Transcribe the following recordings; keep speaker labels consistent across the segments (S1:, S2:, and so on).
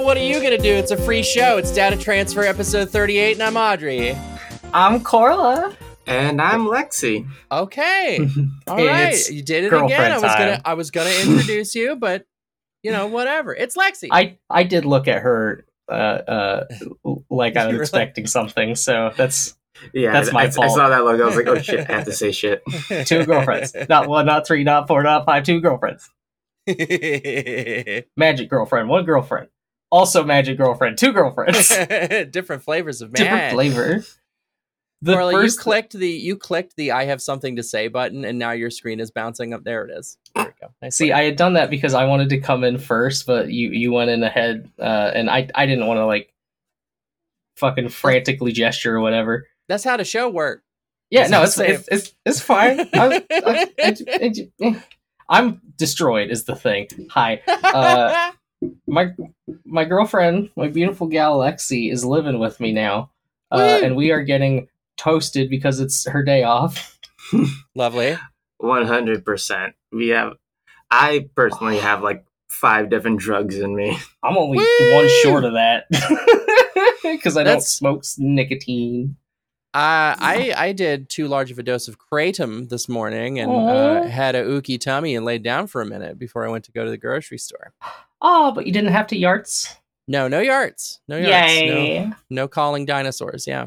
S1: do. It's a free show. It's Data Transfer episode 38, and I'm Audrey.
S2: I'm Corla.
S3: And I'm Lexi.
S1: Okay. All right.
S2: It's
S1: You did it again.
S2: girlfriend
S1: I was gonna
S2: time.
S1: I was gonna introduce you, but you know, whatever. It's Lexi.
S2: I I did look at her uh, uh, like I was
S1: Really?
S2: expecting something. So that's
S3: Yeah,
S2: That's
S3: I-
S2: my
S3: I, I
S2: fault.
S3: saw that logo. I was like, oh shit, I have to say shit.
S2: two girlfriends. not one, not three, not four, not five. Two girlfriends. Magic girlfriend. One girlfriend. Also magic girlfriend. Two girlfriends.
S1: Different flavors of
S2: Different
S1: man.
S2: flavor. The
S1: Marla,
S2: first
S1: you clicked the you clicked the I have something to say button, and now your screen is bouncing up. There it is. There we go. Nice
S2: See,
S1: work.
S2: I had done that because I wanted to come in first, but you you went in ahead, uh, and I I didn't want to like fucking frantically gesture or whatever.
S1: that's how the show works.
S2: Yeah,
S1: It's
S2: no,
S1: the
S2: it's
S1: same.
S2: it's, it's it's fine. I, I, I, I, I'm destroyed is the thing. Hi, Uh, my my girlfriend, my beautiful gal Lexi, is living with me now, uh,
S1: Woo!
S2: and we are getting toasted because it's her day off.
S1: Lovely.
S3: One hundred percent. We have. I personally have like five different drugs in me.
S2: I'm only
S1: Woo!
S2: one short of that because I don't
S1: That's-
S2: smoke nicotine.
S1: Uh, I I did too large of a dose of kratom this morning and
S2: Aw.
S1: uh, had a ooky tummy and laid down for a minute before I went to go to the grocery store.
S2: Oh, but you didn't have to yarts.
S1: No, no yards, no yards, no,
S2: Yay.
S1: no calling dinosaurs. Yeah,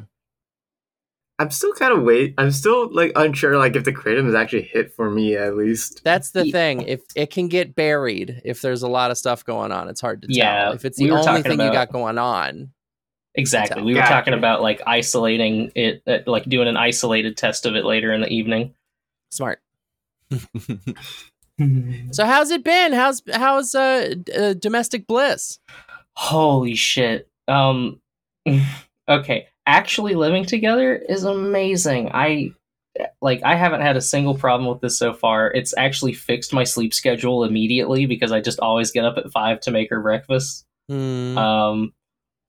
S3: I'm still kind of wait. I'm still like unsure, like if the kratom is actually hit for me at least.
S1: that's the
S2: Ye-
S1: thing. If it can get buried, if there's a lot of stuff going on, it's hard to tell.
S2: Yeah,
S1: if it's
S2: we
S1: the
S2: were
S1: only
S2: talking
S1: thing you
S2: about-
S1: got going on,
S2: Exactly. We were
S3: Gotcha.
S2: talking about like isolating it, uh, like doing an isolated test of it later in the evening.
S1: smart. so how's it been? How's how's uh, d- uh domestic bliss?
S2: Holy shit. Um okay, actually living together is amazing. I like I haven't had a single problem with this so far. It's actually fixed my sleep schedule immediately because I just always get up at 5 to make her breakfast.
S1: Hmm.
S2: Um,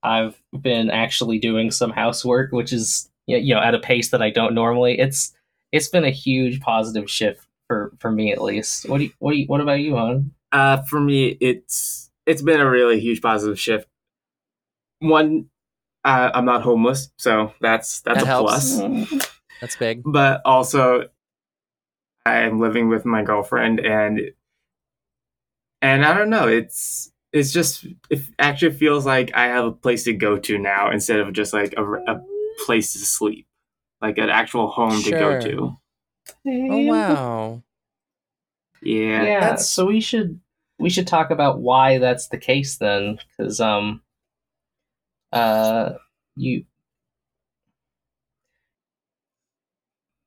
S2: I've been actually doing some housework, which is y- you know at a pace that I don't normally. It's it's been a huge positive shift for for me at least. What do you, what do you, what about you, on?
S3: Uh, for me, it's it's been a really huge positive shift. One, uh, I'm not homeless, so that's that's
S1: That
S3: a
S1: helps.
S3: plus.
S1: Mm. that's big.
S3: but also I am living with my girlfriend and and I don't know, it's it's just it actually feels like I have a place to go to now instead of just like a, a place to sleep, like an actual home
S1: Sure.
S3: to go to.
S1: Oh wow.
S3: Yeah.
S2: Yeah,
S1: That's-
S2: so we should we should talk about why that's the case then, because um, uh, you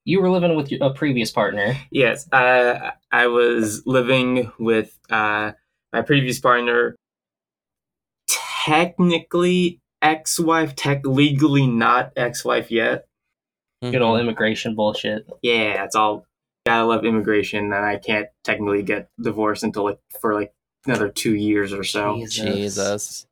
S2: you were living with your, a previous partner.
S3: Yes, I I was living with uh, my previous partner. Technically ex-wife, tech legally not ex-wife yet.
S2: Good old immigration bullshit.
S3: yeah, it's all gotta love immigration, and I can't technically get divorced until like for like another two years or so.
S2: Jeez.
S1: Mm-hmm. Jesus.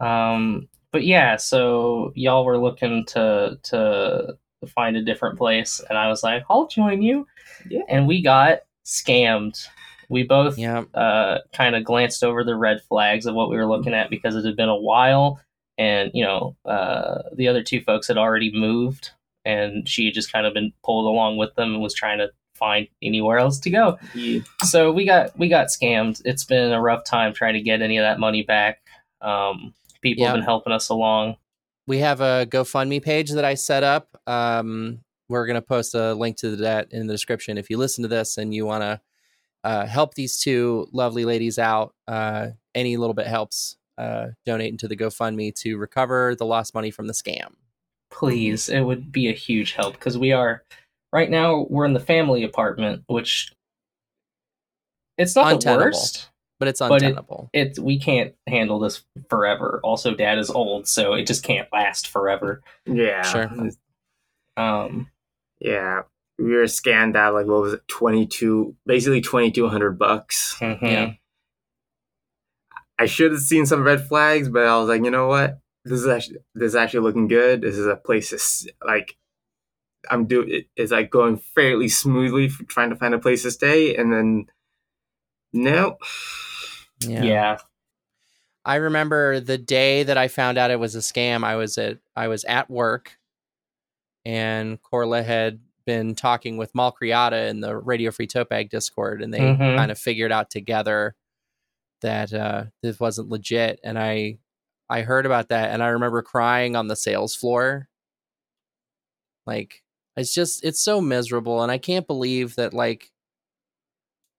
S2: Um, but yeah, so y'all were looking to to find a different place, and I was like, I'll join you.
S3: Yeah.
S2: And we got scammed. We both
S1: Yeah.
S2: uh, kind of glanced over the red flags of what we were looking at because it had been a while, and you know, uh, the other two folks had already moved, and she had just kind of been pulled along with them and was trying to find anywhere else to go
S3: Yeah.
S2: so we got we got scammed. It's been a rough time trying to get any of that money back. Um, people
S1: Yeah.
S2: have been helping us along.
S1: we have a GoFundMe page that I set up. Um, we're going to post a link to that in the description. If you listen to this and you want to uh, help these two lovely ladies out, uh, any little bit helps. Uh, donate into the GoFundMe to recover the lost money from the scam.
S2: Please, it would be a huge help because we are right now we're in the family apartment, which it's not
S1: Untenable.
S2: the worst.
S1: But it's
S2: But it-
S1: untenable.
S2: It we can't handle this forever. Also, Dad is old, so it just can't last forever.
S3: yeah,
S1: Sure.
S2: Um,
S3: yeah. We were scammed out like what was it, twenty two, basically twenty two hundred bucks.
S2: mhm.
S1: Yeah.
S3: I should have seen some red flags, but I was like, you know what, this is actually this is actually looking good. This is a place to s- like. I'm doing it, it's like going fairly smoothly for trying to find a place to stay, and then no,
S1: yeah.
S2: yeah.
S1: I remember the day that I found out it was a scam. I was at I was at work, and Corla had been talking with Malcriata in the Radio Free Topag Discord, and they
S2: Mhm.
S1: kind of figured out together that uh, this wasn't legit. And I I heard about that, and I remember crying on the sales floor. Like it's just it's so miserable, and I can't believe that like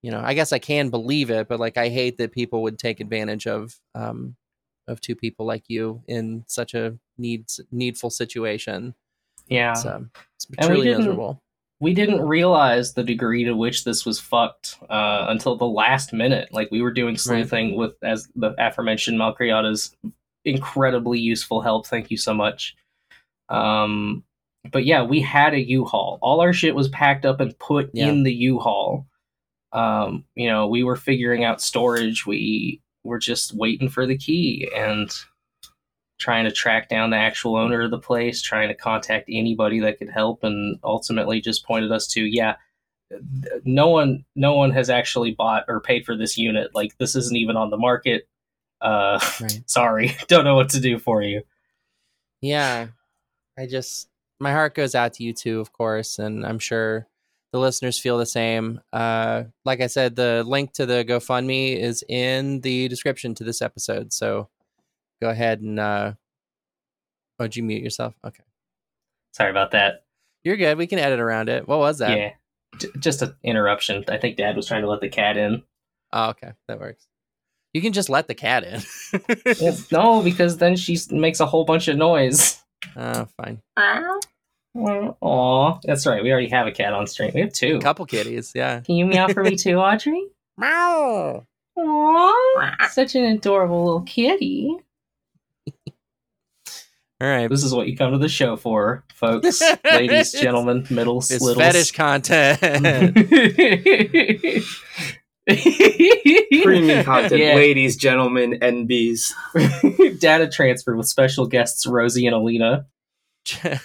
S1: you know I guess I can believe it, but like I hate that people would take advantage of um of two people like you in such a needs needful situation.
S2: Yeah.
S1: So it's
S2: we
S1: truly
S2: didn't-
S1: miserable.
S2: we didn't realize the degree to which this was fucked uh, until the last minute. Like we were doing sleuthing with as the aforementioned Malcriata's incredibly useful help. Thank you so much. Um, but yeah, we had a U-Haul. All our shit was packed up and put
S1: Yeah.
S2: in the U-Haul. Um, you know, we were figuring out storage. We were just waiting for the key and trying to track down the actual owner of the place, trying to contact anybody that could help, and ultimately just pointed us to yeah, th- no one no one has actually bought or paid for this unit. Like this isn't even on the market. Uh,
S1: Right.
S2: sorry, don't know what to do for you.
S1: Yeah. I just my heart goes out to you too, of course, and I'm sure the listeners feel the same. Uh like I said, the link to the GoFundMe is in the description to this episode. So go ahead and uh Oh, did you mute yourself? Okay.
S2: Sorry about that.
S1: You're good. We can edit around it. What was that?
S2: Yeah, J- just an interruption. I think Dad was trying to let the cat in.
S1: Oh, okay. That works. You can just let the cat in.
S2: Well, no, because then she s- makes a whole bunch of noise.
S1: oh, fine.
S2: Aw, that's right. We already have a cat on stream. We have two.
S1: Couple kitties, yeah.
S2: Can you meow for me too, Audrey?
S1: Meow.
S2: Aww, such an adorable little kitty.
S1: All right.
S2: This is what you come to the show for, folks, ladies, gentlemen, middle
S1: It's
S2: slittles.
S1: fetish content.
S3: Premium content,
S2: Yeah.
S3: ladies, gentlemen, NBs.
S2: Data transfer with special guests Rosie and Alina.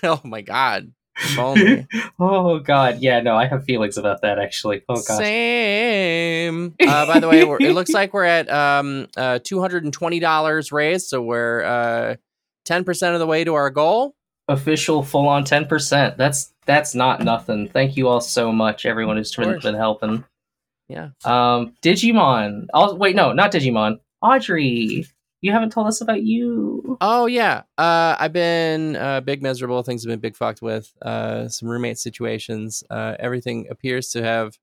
S1: oh my god. If only.
S2: Oh God, yeah, no, I have feelings about that actually. Oh gosh,
S1: Same. Uh, by the way, we're, it looks like we're at um, uh, $220 raised, so we're uh, 10% of the way to our goal.
S2: official full on ten percent. That's that's not nothing. Thank you all so much, everyone who's been,
S1: course.
S2: been helping.
S1: Yeah.
S2: Um, Digimon. Oh, wait, no, not Digimon. Audrey, you haven't told us about you.
S1: Oh yeah. Uh, I've been uh, big miserable. Things have been big fucked with. Uh, some roommate situations. Uh, everything appears to have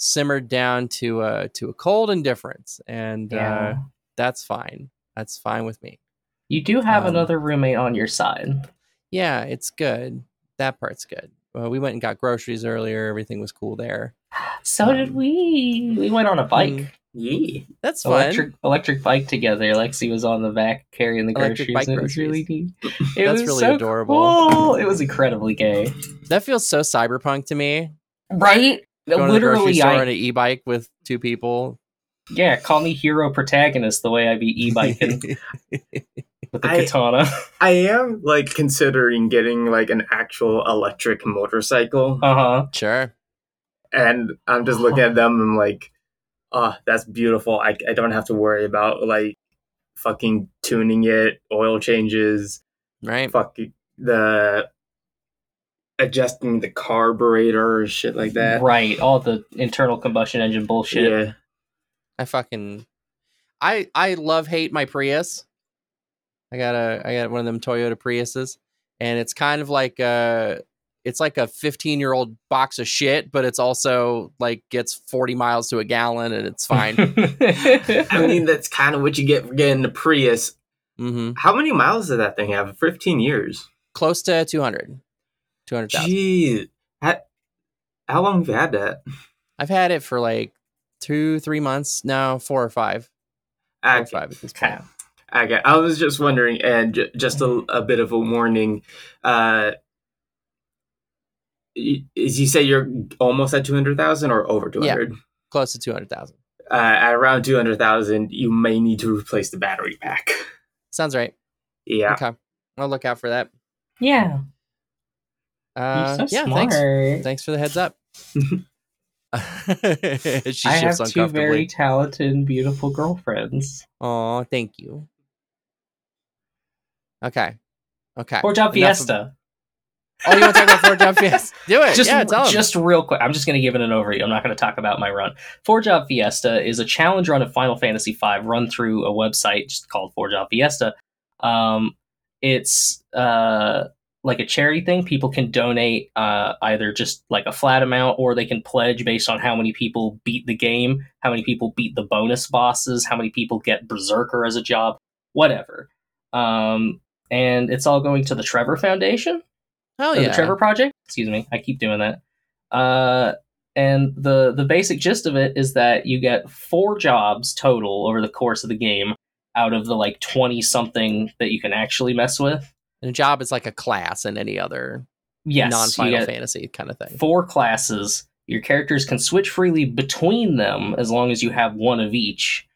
S1: simmered down to uh, to a cold indifference, and uh, that's fine. That's fine with me.
S2: you do have
S1: um,
S2: another roommate on your side.
S1: Yeah, it's good. That part's good. Uh, we went and got groceries earlier. Everything was cool there.
S2: So did
S1: um,
S2: we. We went on a bike,
S1: Mm,
S3: Yee.
S1: That's fun.
S2: electric electric bike together. Lexi was on the back carrying the
S1: Electric
S2: groceries.
S1: bike
S2: and it was really
S1: groceries.
S2: neat. It
S1: That's
S2: was
S1: really
S2: so
S1: adorable.
S2: cool. It was incredibly gay,
S1: That feels so cyberpunk to me.
S2: right?
S1: Going to the grocery
S2: Literally,
S1: store
S2: I
S1: on an e-bike with two people.
S2: yeah. Call me hero protagonist the way I be e biking with the
S3: I-
S2: katana.
S3: I am like considering getting like an actual electric motorcycle,
S2: uh huh.
S1: sure.
S3: and I'm just looking at them. I'm like, oh, that's beautiful. I I don't have to worry about like fucking tuning it, oil changes,
S1: Right.
S3: fucking the adjusting the carburetor or shit like that.
S2: Right. All the internal combustion engine bullshit.
S3: Yeah.
S1: I fucking I I love hate my Prius. I got a I got one of them Toyota Priuses and it's kind of like uh it's like a 15-year-old box of shit, but it's also like gets 40 miles to a gallon and it's fine.
S3: I mean, that's kind of what you get for getting the Prius.
S1: mhm.
S3: How many miles does that thing have? 15 years.
S1: Close to 200. 200,000.
S3: Jeez. How, how long have you had that?
S1: I've had it for like 2 3 months now, 4 or 5. Four or
S3: Okay.
S1: 5 at this point.
S3: Okay, I was just wondering, and j- just a, a bit of a warning. Uh, y- is you say you're almost at two hundred thousand or over two
S1: Yeah.
S3: hundred?
S1: Close to 200,000.
S3: Uh, at around two hundred thousand, you may need to replace the battery pack.
S1: Sounds right.
S3: Yeah,
S1: Okay. I'll look out for that.
S2: yeah.
S1: Uh,
S2: You're so
S1: yeah,
S2: smart.
S1: thanks. Thanks for the heads up. she
S2: I have
S1: shifts
S2: two very
S1: uncomfortably.
S2: talented and beautiful girlfriends.
S1: Oh, thank you. Okay. Okay.
S2: Or
S1: Uh, Enough
S2: Job
S1: of-
S2: Fiesta.
S1: oh, you want to talk about Fort Job Fiesta? Do it.
S2: Just,
S1: yeah, tell 'em.
S2: just real quick, I'm just going to give it an overview. I'm not going to talk about my run. Four Job Fiesta is a challenge run of Final Fantasy V run through a website just called Four Job Fiesta. Um, it's uh, like a charity thing. People can donate uh, either just like a flat amount or they can pledge based on how many people beat the game, how many people beat the bonus bosses, how many people get Berserker as a job, whatever. Um, and it's all going to the Trevor Foundation
S1: Hell
S2: or
S1: Oh, yeah.
S2: the Trevor Project. Excuse me, I keep doing that. Uh, and the the basic gist of it is that you get four jobs total over the course of the game out of the like twenty something that you can actually mess with.
S1: And a job is like a class in any other
S2: Yes,
S1: non
S2: you
S1: Final
S2: get
S1: Fantasy kind of thing.
S2: four classes. Your characters can switch freely between them as long as you have one of each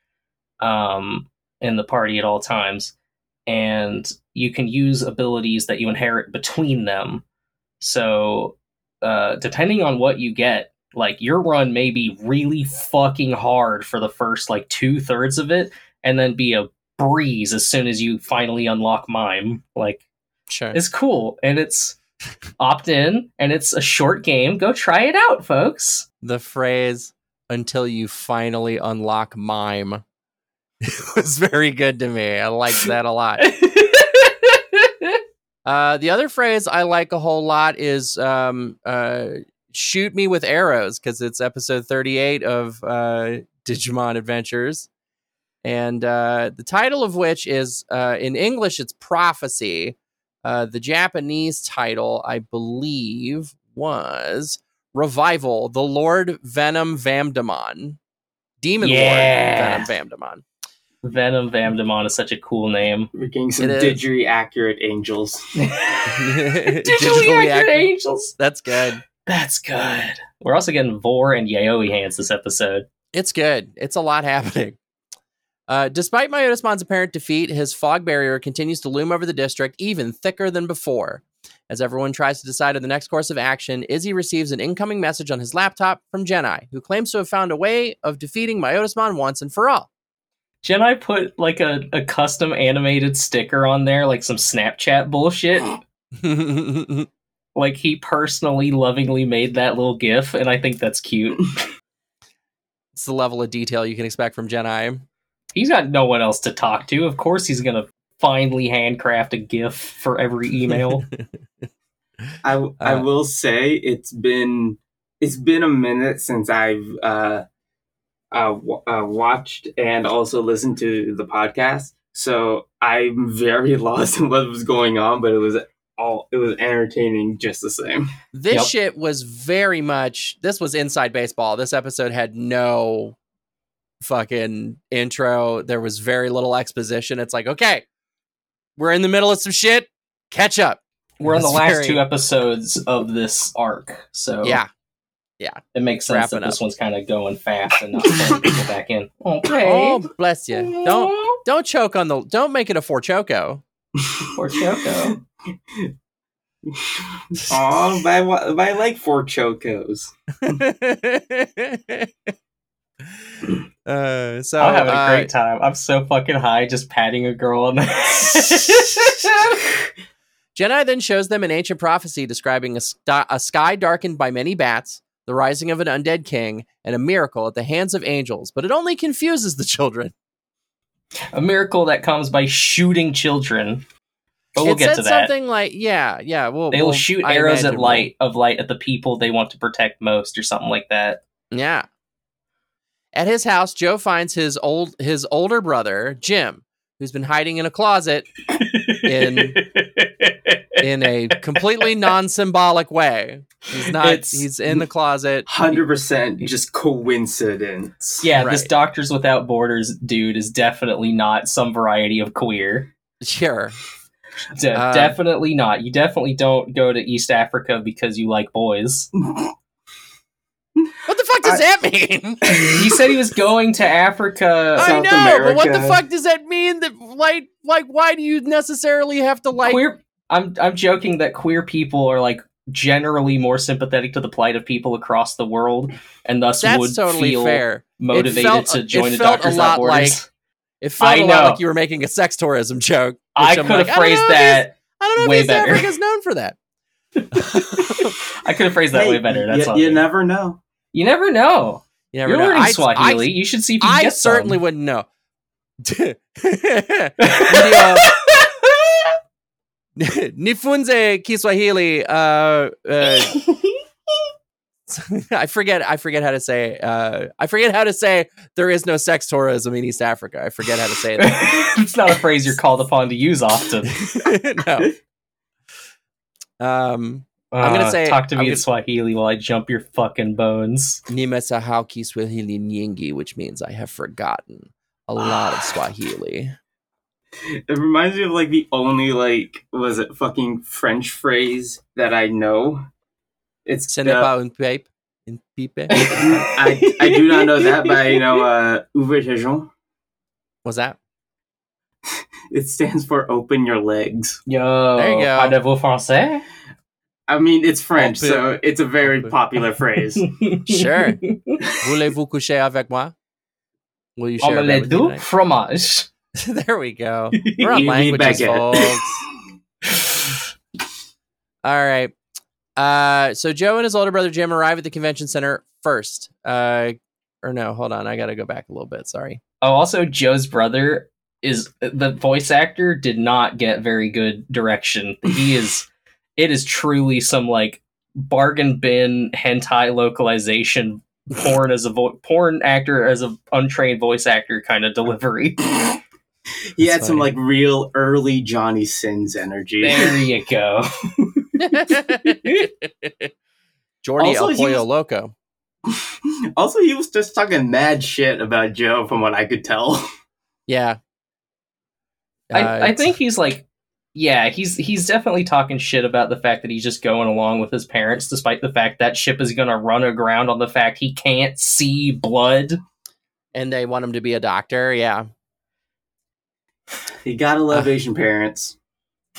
S2: um, in the party at all times. And you can use abilities that you inherit between them. So, uh, depending on what you get, like your run may be really fucking hard for the first like two thirds of it, and then be a breeze as soon as you finally unlock Mime. Like,
S1: Sure.
S2: it's cool and it's opt in and it's a short game. Go try it out, folks.
S1: the phrase until you finally unlock mime was very good to me. I liked that a lot. Uh, the other phrase I like a whole lot is um, uh, shoot me with arrows because it's episode 38 of uh, Digimon Adventures. And uh, the title of which is uh, in English, it's Prophecy. Uh, the Japanese title, I believe, was Revival, the Lord Venom Vamdemon. Demon
S2: Yeah.
S1: Lord Venom Vamdemon.
S2: Venom Vamdemon is such a cool name.
S3: We're getting some
S1: It is.
S3: digitally accurate angels.
S2: Digitally,
S1: Digitally
S2: accurate
S1: accurate.
S2: angels.
S1: That's good.
S2: That's good. We're also getting Vor and Yaoi hands this episode.
S1: It's good. It's a lot happening. Uh, despite Myotismon's apparent defeat, his fog barrier continues to loom over the district, even thicker than before. As everyone tries to decide on the next course of action, Izzy receives an incoming message on his laptop from Genai, who claims to have found a way of defeating Myotismon once and for all.
S2: Jen, I put like a, a custom animated sticker on there, like some Snapchat bullshit.
S1: Genai
S2: Like he personally lovingly made that little gif, and I think that's cute.
S1: It's the level of detail you can expect from Genai.
S2: He's got no one else to talk to. Of course, he's gonna finally handcraft a GIF for every email.
S3: I I
S1: Uh,
S3: will say it's been it's been a minute since I've uh, uh, w- uh, watched and also listened to the podcast, so I'm very lost in what was going on. But it was all it was entertaining just the same.
S1: This
S2: Yep.
S1: shit was very much this was inside baseball. This episode had no fucking intro. There was very little exposition. It's like, okay, we're in the middle of some shit. Catch up.
S2: We're on the
S1: It's
S2: last
S1: very-
S2: two episodes of this arc, so
S1: Yeah.
S2: it makes sense that
S1: Wrapping
S2: this
S1: up.
S2: one's kind of going fast and not pulling people back in. Okay.
S1: Oh, bless you. Don't don't choke on the don't make it a four choco.
S2: Poor Choco.
S3: Aw, but I, wa- but I like four chocos.
S1: uh, so
S2: I'm having
S1: uh,
S2: a great time. I'm so fucking high just patting a girl on the.
S1: Jedi then shows them an ancient prophecy describing a, st- a sky darkened by many bats, the rising of an undead king, and a miracle at the hands of angels, but it only confuses the children.
S2: a miracle that comes by shooting children. But we'll
S1: it
S2: get
S1: said
S2: to that.
S1: something like, yeah, yeah, we'll,
S2: They will
S1: we'll-
S2: shoot
S1: I
S2: arrows at
S1: imagine we'll-
S2: light of light at the people they want to protect most, or something like that.
S1: Yeah. At his house, Joe finds his old his older brother, Jim, who's been hiding in a closet In- in a completely non-symbolic way. He's not
S2: It's-
S1: he's in the closet.
S3: Hundred percent, just coincidence.
S2: yeah, this
S1: right.
S2: Doctors Without Borders dude is definitely not some variety of queer.
S1: Sure.
S2: De-
S1: Uh,
S2: definitely not. You definitely don't go to East Africa because you like boys.
S1: What the fuck does that mean?
S2: he said he was going to Africa.
S1: I
S3: South
S1: know, but what the
S3: America.
S1: fuck does that mean? That like, like, why do you necessarily have to like?
S2: queer. I'm I'm joking that queer people are like generally more sympathetic to the plight of people across the world, and thus
S1: That's
S2: would
S1: totally
S2: feel
S1: fair.
S2: motivated
S1: felt-
S2: to
S1: it
S2: join
S1: felt
S2: a
S1: a
S2: Doctors
S1: lot
S2: Without Borders.
S1: It felt
S2: I
S1: a lot
S2: know.
S1: like you were making a sex tourism joke. which
S2: I
S1: I'm
S2: could
S1: like,
S2: have
S1: don't
S2: phrased
S1: know if he's-
S2: that.
S1: I don't know
S2: way
S1: if East
S2: better.
S1: Africa's known for that.
S2: I could have phrased that
S3: Hey,
S2: way better. That's
S3: y-
S2: all.
S3: you never know.
S2: You never know.
S1: You
S2: You
S1: never
S2: are
S1: know.
S2: learning
S1: I,
S2: Swahili. you should see if you
S1: I, I
S2: get some.
S1: certainly wouldn't know. Ndio. Nifunze Kiswahili. Uh, uh, I forget. I forget how to say. Uh, I forget how to say. There is no sex tourism in East Africa. I forget how to say that.
S2: it's not a phrase you're called upon to use often.
S1: no. Um, I'm gonna
S2: Uh,
S1: say-
S2: talk to
S1: I'm
S2: me in
S1: gonna-
S2: Swahili while I jump your fucking bones.
S1: Nimesahau Kiswahili Nyingi, which means I have forgotten a lot of Swahili.
S3: It reminds me of like the only like was it fucking French phrase that I know. It's
S1: Ce n'est
S3: uh,
S1: pas un pipe. Un pipe.
S3: I, I do not know that, but you know, uh, Ouvre tes jambes.
S1: What's that?
S3: It stands for open your legs.
S2: Yo,
S1: There you go.
S2: parlez-vous français?
S3: I mean, it's French,
S1: Open-
S3: so it's a very
S1: open.
S3: popular phrase.
S1: Sure. Voulez-vous coucher avec moi? Will you share a bed
S2: Omelette
S1: with me
S2: du
S1: tonight?
S2: fromage.
S1: there we go. We're on
S3: Eat me
S1: languages,
S3: baguette.
S1: folks. All right. Uh, so Joe and his older brother Jim arrive at the convention center first. Uh, or no, hold on. I got to go back a little bit. Sorry.
S2: Oh, also Joe's brother is the voice actor did not get very good direction. He is it is truly some like bargain bin hentai localization porn as a vo- porn actor as a untrained voice actor kind of delivery.
S3: he
S1: That's
S3: had some
S1: funny.
S3: like real early Johnny Sins energy.
S2: There you go.
S1: Jordi
S3: Also,
S1: El
S3: he
S1: Pollo
S3: was-
S1: Loco.
S3: also, he was just talking mad shit about Joe, from what I could tell.
S1: Yeah. Uh,
S2: I, I think he's like yeah, he's he's definitely talking shit about the fact that he's just going along with his parents despite the fact that ship is going to run aground on the fact he can't see blood.
S1: and they want him to be a doctor. Yeah.
S3: You gotta love
S1: Uh.
S3: Asian parents.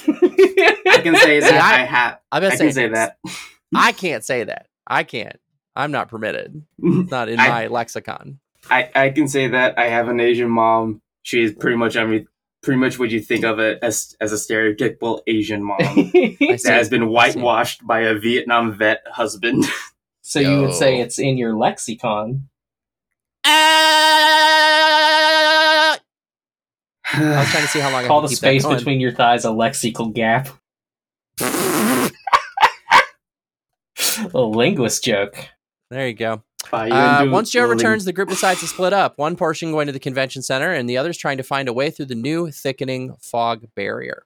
S3: I can say that.
S1: See, I-
S3: I, have.
S1: I'm
S3: I
S1: gonna
S3: can say that.
S1: I can't say that. I can't. I'm not permitted. It's not in
S3: I-
S1: my lexicon.
S3: I, I can say that I have an Asian mom. She is pretty much every, pretty much what you think of it as as a stereotypical Asian mom
S1: I
S3: that has
S1: see.
S3: been whitewashed by a Vietnam vet husband.
S2: so you would say
S1: Yo.
S2: it's in your lexicon.
S1: Ah! I was trying to see how long I
S2: Call
S1: could
S2: the
S1: keep
S2: space
S1: that going.
S2: between your thighs a lexical gap. a linguist joke.
S1: There you go.
S3: Bye,
S1: Uh,
S3: Hindu
S1: once Joe
S3: bully.
S1: returns, the group decides to split up. One portion going to the convention center, and the others trying to find a way through the new thickening fog barrier.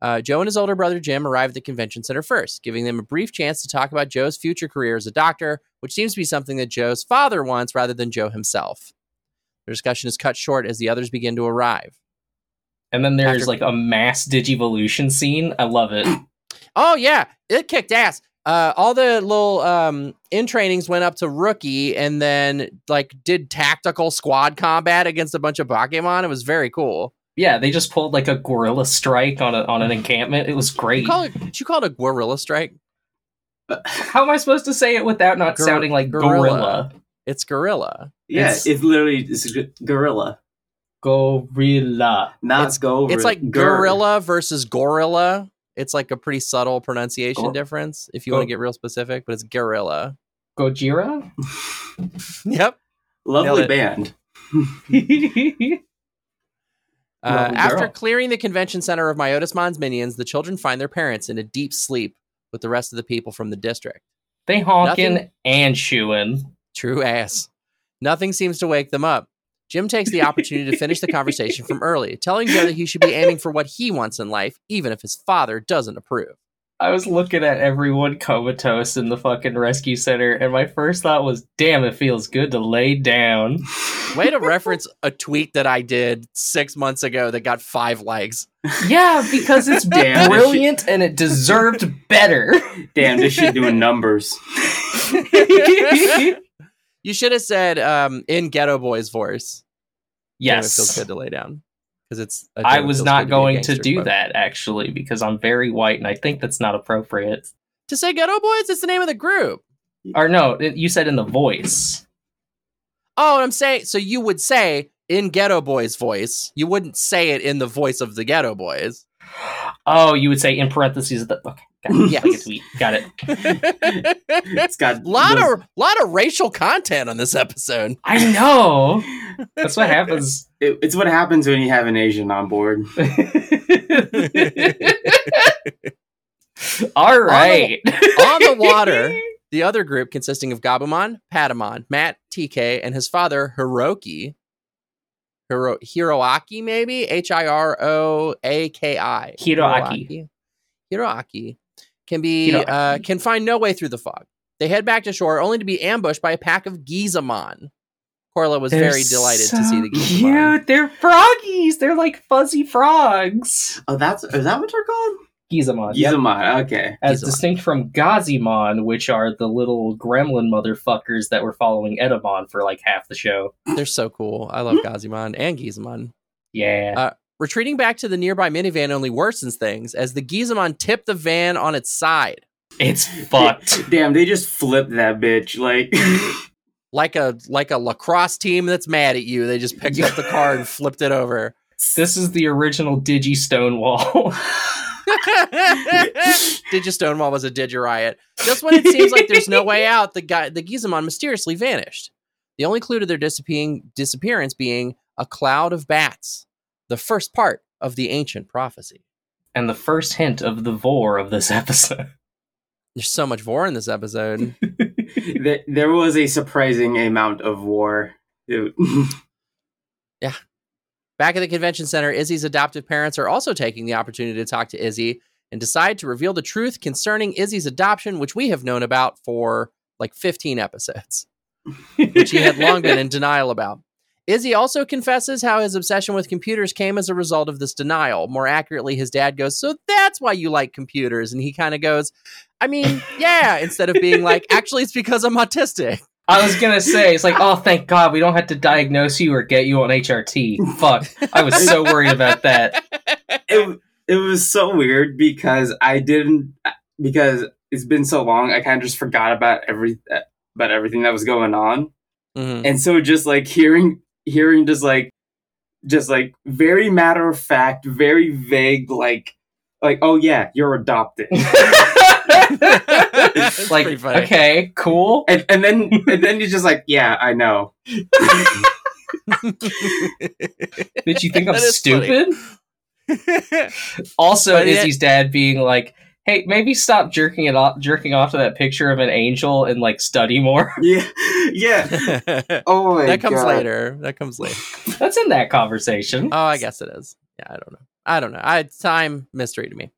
S1: Uh, Joe and his older brother Jim arrive at the convention center first, giving them a brief chance to talk about Joe's future career as a doctor, which seems to be something that Joe's father wants rather than Joe himself. Their discussion is cut short as the others begin to arrive.
S2: And then there's
S1: After-
S2: like a mass digivolution scene. I love it.
S1: Oh yeah, it kicked ass. Uh, all the little um, in trainings went up to rookie, and then like did tactical squad combat against a bunch of Pokemon. It was very cool.
S2: yeah, they just pulled like a gorilla strike on a, on an encampment. It was
S1: You
S2: great.
S1: call it? Did you call it a gorilla strike?
S2: How am I supposed to say it without not
S1: Gor-
S2: sounding like gorilla?
S1: gorilla. It's gorilla.
S3: Yeah,
S2: It's-
S3: it's, literally it's g- gorilla,
S2: Gorilla.
S3: not
S1: It's-
S3: go.
S1: It's like gorilla versus gorilla. It's like a pretty subtle pronunciation
S2: Gor-
S1: difference if you
S2: Gor-
S1: want to get real specific, but it's gorilla.
S2: Gojira?
S1: Yep. Nailed
S3: Lovely
S1: it.
S3: band.
S1: Uh,
S2: Lovely
S1: after
S2: girl.
S1: clearing the convention center of Myotismon's minions, the children find their parents in a deep sleep with the rest of the people from the district.
S2: they honking
S1: Nothing-
S2: and shooing.
S1: True ass. Nothing seems to wake them up. Jim takes the opportunity to finish the conversation from early, telling Joe that he should be aiming for what he wants in life, even if his father doesn't approve.
S2: I was looking at everyone comatose in the fucking rescue center, and my first thought was, damn, it feels good to lay down.
S1: Way to reference a tweet that I did six months ago that got five likes.
S2: Yeah, because it's
S3: Damn, does she,
S2: brilliant and it deserved better.
S3: damn, this shit doing numbers.
S1: you should have said um, in Ghetto Boy's voice. Damn, it feels
S2: yes.
S1: good to lay down because it's. a
S2: I
S1: damn, it
S2: was
S1: feels good
S2: not
S1: be a
S2: going to
S1: gangster
S2: do
S1: quote.
S2: that, actually, because I'm very white and I think that's not appropriate.
S1: to say Ghetto Boys? It's the name of the group.
S2: Or no, it- you said in the voice.
S1: Oh, and I'm saying so you would say in Ghetto Boys voice. You wouldn't say it in the voice of the Ghetto Boys.
S2: Oh, you would say in parentheses the okay. Got it.
S1: Yes.
S2: Like a tweet. Got it.
S1: A
S3: It's got
S1: lot
S3: those-
S1: of lot of racial content on this episode.
S2: I know. That's what happens.
S3: it- it's what happens when you have an Asian on board.
S2: All right.
S1: On the water, the other group consisting of Gabumon, Patamon, Matt, TK, and his father Hiroki. Hiro- Hiroaki, maybe H I R O A K I.
S2: Hiroaki.
S1: Hiroaki can be
S2: Hiroaki.
S1: Uh, can find no way through the fog. They head back to shore only to be ambushed by a pack of Gizamon. Corla was very delighted to see the Gizamon.
S2: Cute. They're froggies. They're like fuzzy frogs.
S3: Oh, that's is that what they're called?
S2: Gizamon. Uh, yep.
S3: Gizamon. Okay.
S2: As
S1: Gizamon.
S2: distinct from Gazimon, which are the little gremlin motherfuckers that were following Edamon for like half the show.
S1: They're so cool. I love Gazimon and Gizamon.
S2: Yeah.
S1: Uh, Retreating back to the nearby minivan only worsens things as the Gizamon tip the van on its side
S2: it's fucked.
S3: Damn, they just flipped that bitch. Like,
S1: like a like a lacrosse team that's mad at you. They just picked up the car and flipped it over.
S2: This is the original Digistone wall.
S1: Digi Stonewall was a Digi riot. Just when it seems like there's no way out, the guy, the Gizamon mysteriously vanished. The only clue to their disappearing disappearance being a cloud of bats, the first part of the ancient prophecy.
S2: and the first hint of the vor of this episode.
S1: There's so much war in this episode.
S3: th- there was a surprising amount of war. It-
S1: Back at the convention center, Izzy's adoptive parents are also taking the opportunity to talk to Izzy and decide to reveal the truth concerning Izzy's adoption, which we have known about for like 15 episodes. which he had long been in denial about. Izzy also confesses how his obsession with computers came as a result of this denial. More accurately, his dad goes, So that's why you like computers. And he kind of goes, I mean, yeah, instead of being like, Actually, it's because I'm autistic.
S2: I was gonna say, it's like, oh, thank God we don't have to diagnose you or get you on HRT. Fuck, I was so worried about that.
S3: it it was so weird because I didn't because it's been so long. I kind of just forgot about every about everything that was going on,
S1: Mhm.
S3: and so just like hearing hearing just like just like very matter of fact, very vague, like like oh yeah, you're adopted.
S1: It's
S2: like,
S1: pretty funny.
S2: okay, cool.
S3: And, and then and then you're just like, yeah, I know.
S2: Did you think I'm
S1: That is
S2: stupid? Also,
S1: But it-
S2: Izzy's dad being like, "Hey, maybe stop jerking it off, jerking off to that picture of an angel and like study more."
S3: Yeah, yeah.
S1: that
S3: Oh my
S1: comes
S3: God.
S1: later. That comes later.
S2: That's in that conversation.
S1: Oh, I guess it is. Yeah, I don't know. I don't know. I, it's time mystery to me.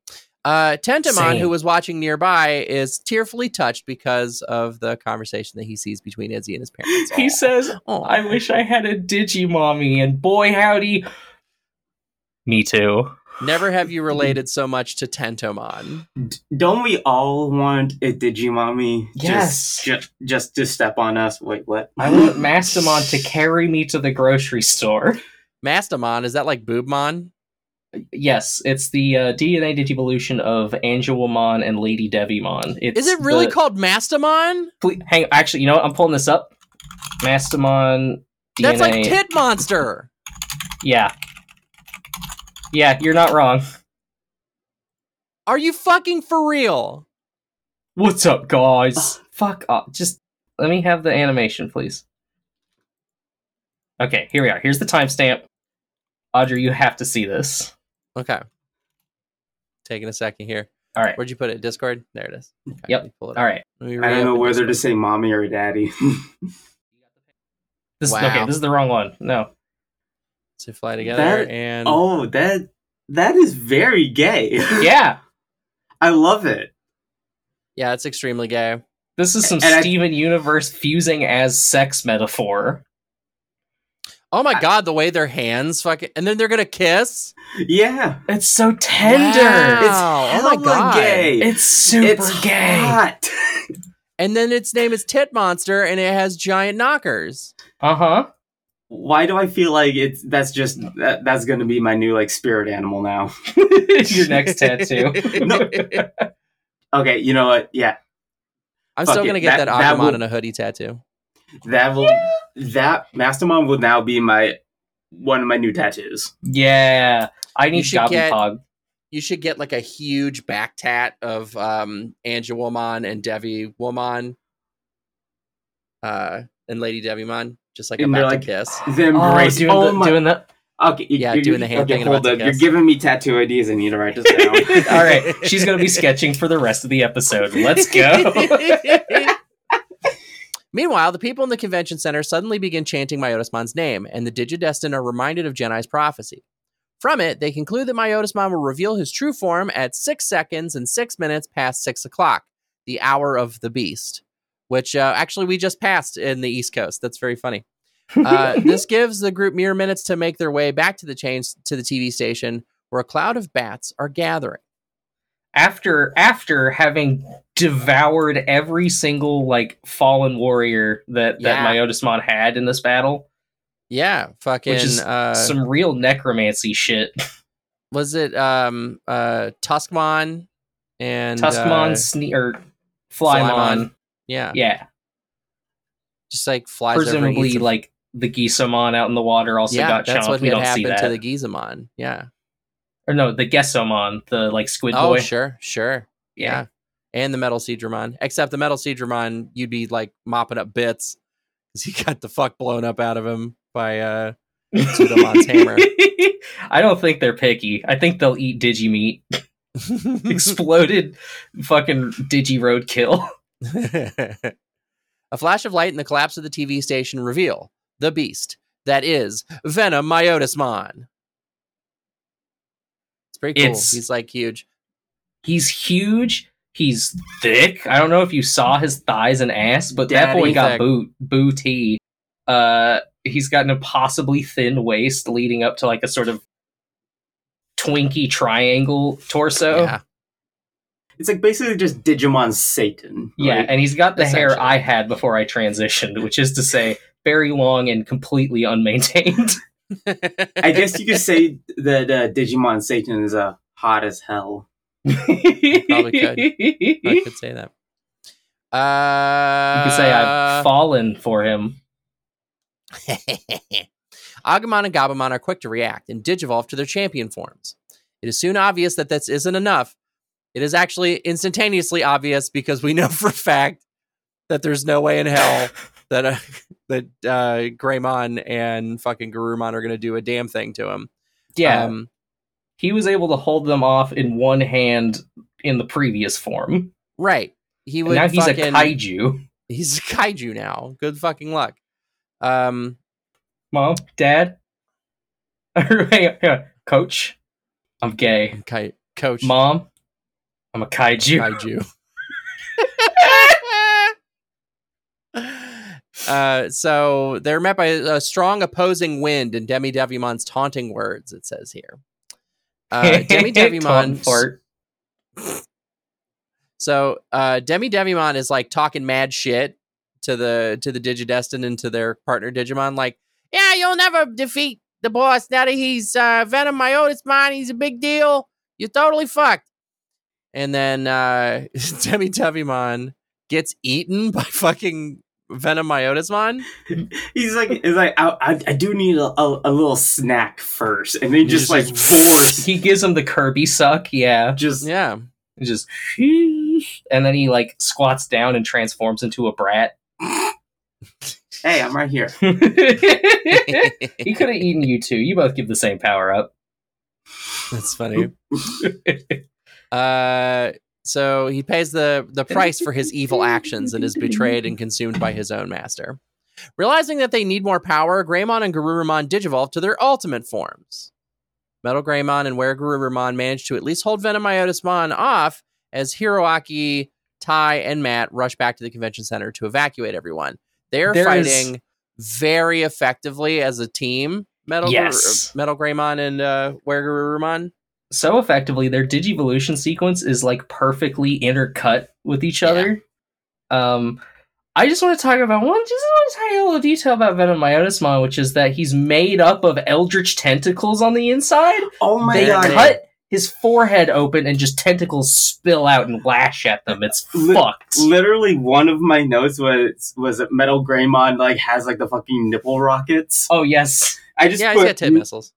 S1: Uh, Tentamon,
S2: Same.
S1: who was watching nearby, is tearfully touched because of the conversation that he sees between Izzy and his parents.
S2: he
S1: Aw.
S2: says,
S1: Aw.
S2: I wish I had a Digimommy, and boy howdy. Me too.
S1: Never have you related so much to Tentomon.
S3: Don't we all want a Digimami?
S2: Yes.
S3: Just, just, just to step on us. Wait, what?
S2: I want Mastamon to carry me to the grocery store.
S1: Mastamon, is that like Boobmon?
S2: Yes, it's the uh, DNA Digivolution of Angelmon and Lady Devimon. It's
S1: Is it really
S2: the-
S1: called Mastamon?
S2: Ple- hang actually, you know what? I'm pulling this up. Mastamon DNA.
S1: That's like Tit Monster.
S2: yeah. Yeah, you're not wrong.
S1: Are you fucking for real?
S2: What's up, guys? Fuck off. Just let me have the animation, please. Okay, here we are. Here's the timestamp. Audrey, you have to see this.
S1: Okay. Taking a second here.
S2: All right.
S1: Where'd you put it? Discord? There it is. Okay,
S2: Yep.
S1: let me pull it up.
S2: All right.
S1: Let me
S3: I don't
S1: reopen
S3: know whether to
S1: Discord.
S3: say mommy or daddy.
S2: This
S1: Wow.
S2: is okay. This is the wrong one. No.
S1: to fly together
S3: That-
S1: and
S3: oh, that that is very gay.
S2: Yeah.
S3: I love it.
S1: yeah, it's extremely gay.
S2: This is some
S3: And I-
S2: Steven Universe fusing as sex metaphor.
S1: Oh my god, the way their hands fucking and then they're gonna kiss.
S3: Yeah.
S2: It's so tender.
S1: Wow.
S2: It's,
S1: Oh, oh my
S3: hella
S1: God.
S3: gay.
S2: it's super
S3: It's
S2: gay.
S3: hot.
S1: And then its name is Tit Monster and it has giant knockers.
S2: Uh huh.
S3: Why do I feel like it's that's just that, that's gonna be my new like spirit animal now?
S2: Your next tattoo.
S3: No. Okay, you know what? Yeah,
S1: I'm
S3: Fuck
S1: still
S3: it,
S1: gonna get that,
S3: that- that
S1: Agumon
S3: will-
S1: and a hoodie tattoo.
S3: that will that Mastermon will now be my one of my new tattoos.
S2: Yeah, I need
S1: should get-
S2: Gobblepog.
S1: You should get like a huge back tat of um Anja Woman and Devi Woman. Uh and Lady Devimon, just like
S3: And they're
S1: about
S3: like-
S1: to kiss.
S3: The
S2: Oh,
S3: embrace.
S2: doing,
S3: Oh,
S2: the,
S3: my.
S2: doing that.
S3: okay, you-
S1: Yeah,
S3: you-
S1: doing the hand
S3: okay,
S1: thing and
S3: Hold
S1: about
S3: up.
S1: to
S3: You're
S1: kiss.
S3: giving me tattoo ideas. I need to write this down.
S2: All right, she's gonna be sketching for the rest of the episode. Let's go.
S1: Meanwhile, the people in the convention center suddenly begin chanting Myotismon's name, and the Digidestin are reminded of Jedi's prophecy. From it, they conclude that Myotismon will reveal his true form at six seconds and six minutes past six o'clock, the hour of the beast, which uh, actually we just passed in the East Coast. That's very funny. Uh, this gives the group mere minutes to make their way back to the chains to the TV station, where a cloud of bats are gathering.
S2: after after having devoured every single like fallen warrior that that
S1: Yeah.
S2: Myotismon had in this battle,
S1: Yeah, fucking.
S2: Which is
S1: uh,
S2: some real necromancy shit.
S1: was it um uh Tuskmon and uh,
S2: Tuskmon, Sne- or Flymon,
S1: yeah,
S2: yeah,
S1: just like uh, flies over and eats
S2: presumably
S1: them.
S2: like the Gisomon out in the water also
S1: yeah,
S2: got
S1: that's
S2: chomped.
S1: what
S2: We
S1: had
S2: don't see
S1: happened
S2: that.
S1: to the Gizamon. Yeah.
S2: or no, the Gesomon, the like squid
S1: Oh
S2: boy.
S1: sure, sure. Yeah. And the Metal Seedramon. Except the Metal Seedramon, you'd be like mopping up bits because he got the fuck blown up out of him by uh Pseudomon's hammer.
S2: I don't think they're picky. I think they'll eat digi meat. Exploded fucking digi roadkill.
S1: a flash of light and the collapse of the TV station reveal the beast that is Venom Myotismon. It's pretty cool.
S2: It's-
S1: He's like huge.
S2: He's huge. He's thick. I don't know if you saw his thighs and ass, but that
S1: Daddy
S2: boy got
S1: thick.
S2: boot booty. Uh, he's got an impossibly thin waist leading up to like a sort of twinky triangle torso.
S1: Yeah.
S3: it's like basically just Digimon Satan.
S2: Yeah,
S3: right?
S2: and he's got the hair
S1: Essentially.
S2: I had before I transitioned, which is to say, very long and completely unmaintained.
S3: I guess you could say that uh, Digimon Satan is uh, hot as hell.
S1: probably could. I
S2: you
S1: could say that. Uh,
S2: could say I've fallen for him.
S1: Agumon and Gabumon are quick to react and digivolve to their champion forms. It is soon obvious that this isn't enough. It is actually instantaneously obvious because we know for a fact that there's no way in hell that uh, that uh, Greymon and fucking Garurumon are going to do a damn thing to him.
S2: Yeah,
S1: Um,
S2: he was able to hold them off in one hand in the previous form.
S1: right. He
S2: And
S1: would
S2: now he's
S1: fucking,
S2: a kaiju.
S1: He's a kaiju now. Good fucking luck. Um,
S2: Mom, Dad, Hang on. Coach, I'm gay.
S1: kai- coach
S2: Mom, I'm a kaiju.
S1: kaiju. uh, so they're met by a strong opposing wind and Demi Devimon's taunting words. It says here. Uh, Demi
S2: Tom
S1: Devimon.
S2: fart.
S1: so uh, Demi Devimon is like talking mad shit to the to the Digidestin and to their partner Digimon. Like, yeah, you'll never defeat the boss now that he's uh, Venom Myotis mine. He's a big deal. You're totally fucked. And then uh, Demi Devimon gets eaten by fucking Venom Myotismon.
S3: He's like, he's like, I, I, I do need a, a, a little snack first, and they
S1: You just-
S3: just, like force,
S2: He gives him the Kirby suck, yeah.
S3: just
S1: Yeah.
S2: He Just and then he like squats down and transforms into a brat.
S3: hey, I'm right here.
S2: he could have eaten you two. You both give the same power up.
S1: That's funny. Uh, so he pays the the price for his evil actions and is betrayed and consumed by his own master. Realizing that they need more power, Greymon and Garurumon digivolve to their ultimate forms. Metal Greymon and Were Garurumon manage to at least hold Venomyotismon off as Hiroaki, Tai, and Matt rush back to the convention center to evacuate everyone. They're
S2: There is-
S1: fighting very effectively as a team. Metal Guru-
S2: Yes.
S1: Metal Greymon and uh, Were Garurumon.
S2: so effectively their digivolution sequence is like perfectly intercut with each other um i just want to talk about one just one tiny little detail about venomyotismon which is that he's made up of eldritch tentacles on the inside
S3: Oh my
S2: they
S3: god!
S2: cut his forehead open and just tentacles spill out and lash at them. It's
S3: Li-
S2: fucked.
S3: Literally, one of my notes was was that Metal Greymon like has like the fucking nipple rockets.
S2: oh yes.
S3: I just
S1: yeah,
S3: put
S1: he's got tit missiles.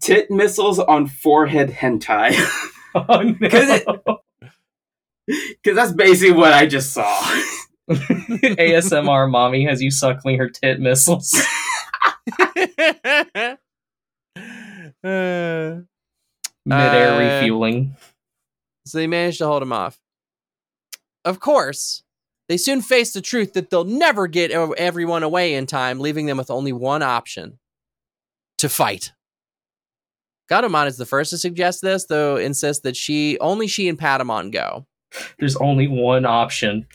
S3: tit missiles on forehead hentai
S2: Oh no.
S3: 'Cause it- because that's basically what I just saw.
S2: ASMR mommy has you suckling her tit missiles.
S1: Uh,
S2: Midair
S1: Uh,
S2: refueling.
S1: so they managed to hold him off. Of course, they soon face the truth that they'll never get ev- everyone away in time, leaving them with only one option to fight. Gatamon is the first to suggest this, though insists that she only she and Patamon go.
S2: There's only one option.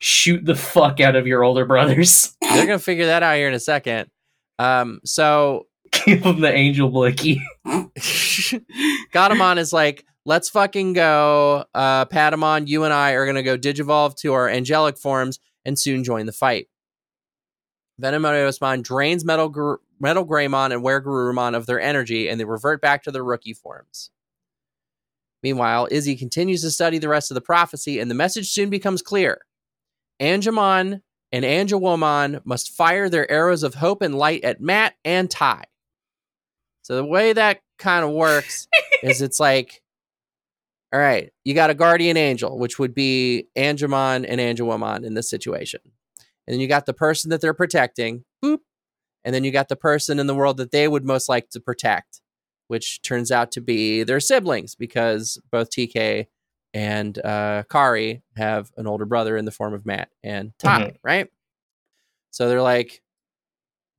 S2: Shoot the fuck out of your older brothers.
S1: They're gonna figure that out here in a second. Um, so
S2: Give them the angel blicky.
S1: Gatamon is like, let's fucking go. Uh, Patamon, you and I are going to go digivolve to our angelic forms and soon join the fight. Venomousmon drains Metal, Gr- Metal Greymon and Wergurumon of their energy, and they revert back to their rookie forms. Meanwhile, Izzy continues to study the rest of the prophecy, and the message soon becomes clear. Angemon and Angewomon must fire their arrows of hope and light at Matt and Ty. So the way that kind of works is it's like, all right, you got a guardian angel, which would be Angemon and Angelwomon in this situation. And then you got the person that they're protecting, boop. And then you got the person in the world that they would most like to protect, which turns out to be their siblings because both TK and uh, Kari have an older brother in the form of Matt and Ty, right? So they're like,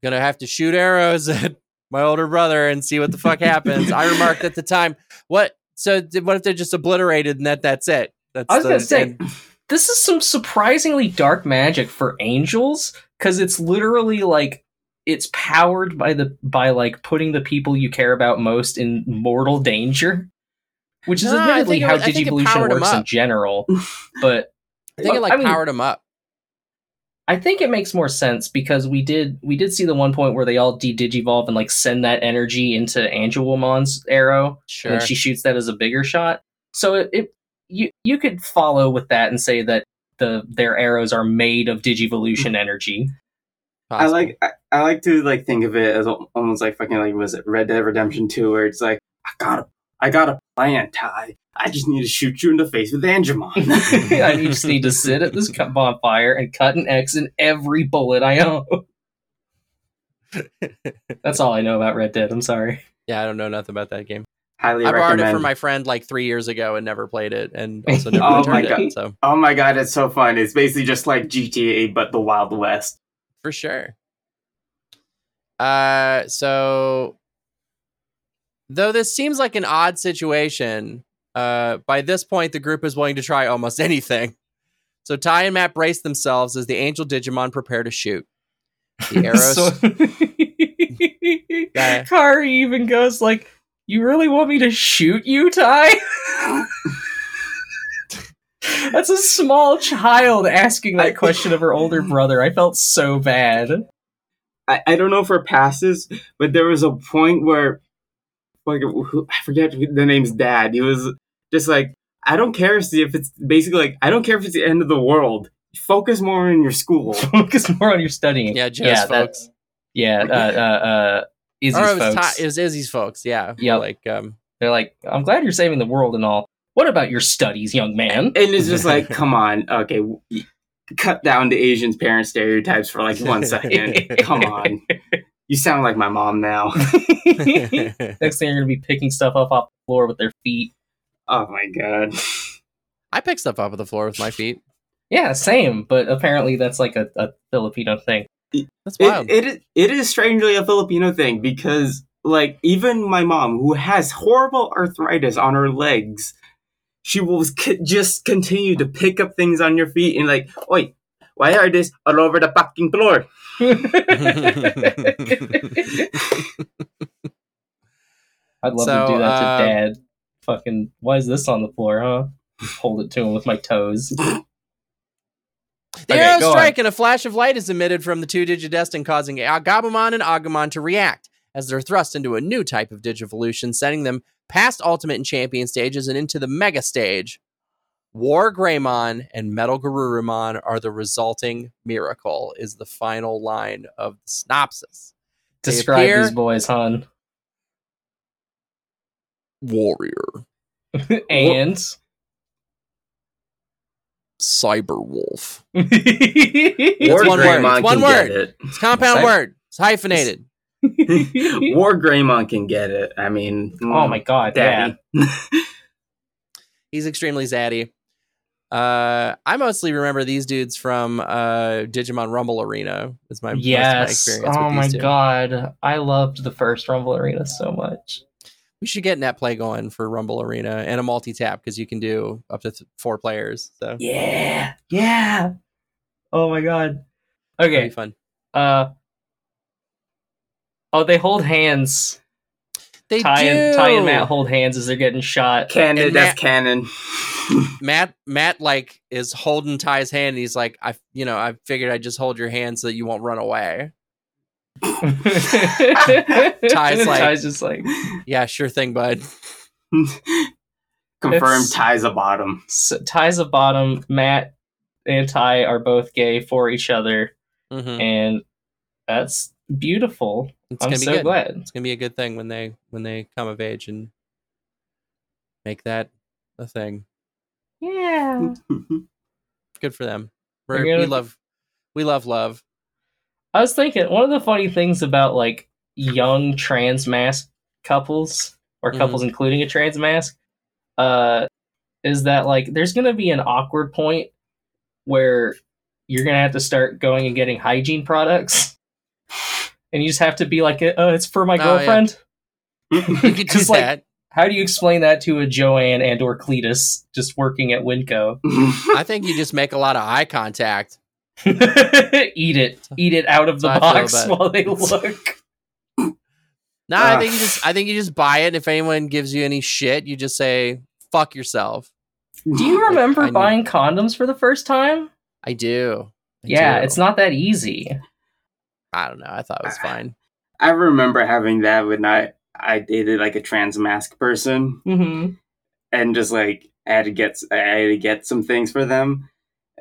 S1: gonna have to shoot arrows at my older brother and see what the fuck happens. I remarked at the time, what? So th- what if they're just obliterated and that that's it? That's
S2: I was
S1: the-
S2: gonna say,
S1: and-
S2: this is some surprisingly dark magic for angels, because it's literally like it's powered by the by like putting the people you care about most in mortal danger. Which is
S1: No, I
S2: admittedly
S1: think it
S2: how
S1: was- I think it
S2: Digivolution
S1: powered 'em
S2: works in
S1: up.
S2: general. But
S1: I think it like
S2: I mean-
S1: powered him up.
S2: I think it makes more sense because we did we did see the one point where they all de digivolve and like send that energy into Angelomon's arrow.
S1: Sure.
S2: and then she shoots that as a bigger shot. So it, it you you could follow with that and say that the their arrows are made of digivolution energy.
S3: I like I, I like to like think of it as al- almost like fucking like was it Red Dead Redemption Two, where it's like I got to I got a plan, Ty. I just need to shoot you in the face with Angemon.
S2: I just need to sit at this cu- bonfire and cut an X in every bullet I own. That's all I know about Red Dead. I'm sorry.
S1: Yeah, I don't know nothing about that game.
S3: Highly
S1: I borrowed
S3: recommend.
S1: it from my friend like three years ago and never played it, and also never
S3: Oh my
S1: returned it.
S2: God.
S1: So
S3: oh my god, it's so fun! It's basically just like GTA but the Wild West.
S1: for sure. Uh, so though this seems like an odd situation, uh, by this point the group is willing to try almost anything. So Ty and Matt brace themselves as the Angel Digimon prepare to shoot. The arrows.
S2: So-
S1: Yeah.
S2: Kari even goes like, "You really want me to shoot you, Ty?" That's a small child asking that question of her older brother. I felt so bad.
S3: I, I don't know if her passes, but there was a point where, like, who, I forget who- the name's dad. He was just like, I don't care if if it's basically like, I don't care if it's the end of the world. Focus more on your school.
S2: Focus more on your studying.
S1: Yeah, Joe's
S2: yeah, that-
S1: folks.
S2: yeah. Uh, uh, uh, Izzy's
S1: Or it was,
S2: folks.
S1: Ty- it was Izzy's folks. Yeah.
S2: Yep.
S1: Like um,
S2: They're like, "I'm glad you're saving the world and all. What about your studies, young man?"
S3: And it's just like, come on, okay, w- cut down the Asian parent stereotypes for like one second. come on, you sound like my mom now.
S2: Next thing you're gonna be picking stuff up off the floor with their feet.
S3: Oh my god.
S1: I pick stuff up off the floor with my feet.
S2: Yeah, same. But apparently that's like a, a Filipino thing.
S1: That's wild.
S3: It, it is- it is strangely a Filipino thing because like even my mom who has horrible arthritis on her legs, she will c- just continue to pick up things on your feet and like, oi, why are this all over the fucking floor?
S2: I'd love
S1: So,
S2: to do that to
S1: uh,
S2: dad. Fucking, why is this on the floor, huh? Hold it to him with my toes.
S1: the
S2: Okay,
S1: arrows
S2: go on.
S1: strike and a flash of light is emitted from the two Digidestin, causing Agabumon and Agumon to react as they're thrust into a new type of Digivolution, sending them past Ultimate and Champion stages and into the Mega stage. War Greymon and Metal Garurumon are the resulting miracle, is the final line of the synopsis. They
S2: Describe
S1: appear-
S2: these boys, hon.
S1: Warrior,
S2: and
S1: Cyber Wolf.
S3: War
S1: one word.
S3: Greymon
S1: It's one
S3: can
S1: word.
S3: get it.
S1: It's compound
S2: Cy-
S1: word. It's hyphenated.
S3: War Greymon can get it. I mean, mm,
S2: oh my god,
S3: daddy.
S1: He's extremely zaddy. Uh, I mostly remember these dudes from uh, Digimon Rumble Arena. Was my
S2: yeah.
S1: most of my
S2: Yes.
S1: experience
S2: Oh
S1: with these two.
S2: my god. I loved the first Rumble Arena so much.
S1: We should get net play going for Rumble Arena and a multi tap because you can do up to th- four players. So
S2: Yeah. Yeah. Oh my god.
S1: that'd
S2: Okay.
S1: be fun.
S2: Uh Oh, they hold hands.
S1: They
S2: Ty
S1: do.
S2: and Ty and Matt hold hands as they're getting shot.
S3: Canon,
S1: And
S3: that's canon.
S1: Matt Matt like is holding Ty's hand and he's like, I you know, I figured I'd just hold your hand so that you won't run away.
S2: Ty's
S1: like-
S2: Ty's just like
S1: Yeah, sure thing, bud.
S2: It's-
S3: Confirmed ties a bottom.
S2: so, Ty's a bottom. Matt and Ty are both gay for each other,
S1: Mhm.
S2: and that's beautiful.
S1: It's
S2: I'm
S1: gonna be
S2: so
S1: good.
S2: glad.
S1: It's gonna be a good thing when they when they come of age and make that a thing.
S2: Yeah.
S1: Good for them.
S2: We're
S1: We're, we
S2: gonna-
S1: love we love love.
S2: I was thinking one of the funny things about like young trans mask couples or
S1: Mhm.
S2: couples including a trans mask, uh, is that like there's gonna be an awkward point where you're gonna have to start going and getting hygiene products, and you just have to be like, "Uh, it's for my
S1: Oh, yeah.
S2: girlfriend."
S1: You could do
S2: Just like-
S1: that.
S2: How do you explain that to a Joanne and or Cletus just working at Winco?
S1: I think you just make a lot of eye contact.
S2: Eat it. Eat it out of the
S1: I feel
S2: box
S1: about it.
S2: while they look.
S1: No, I
S3: Ah.
S1: think you just I think you just buy it. And if anyone gives you any shit, you just say fuck yourself.
S2: Do you remember
S1: I need-
S2: buying condoms for the first time?
S1: I do. I
S2: yeah,
S1: do.
S2: it's not that easy.
S1: I don't know. I thought it was fine.
S3: I remember having that when I I dated like a trans mask person,
S2: Mm-hmm.
S3: and just like I had to get I had to get some things for them,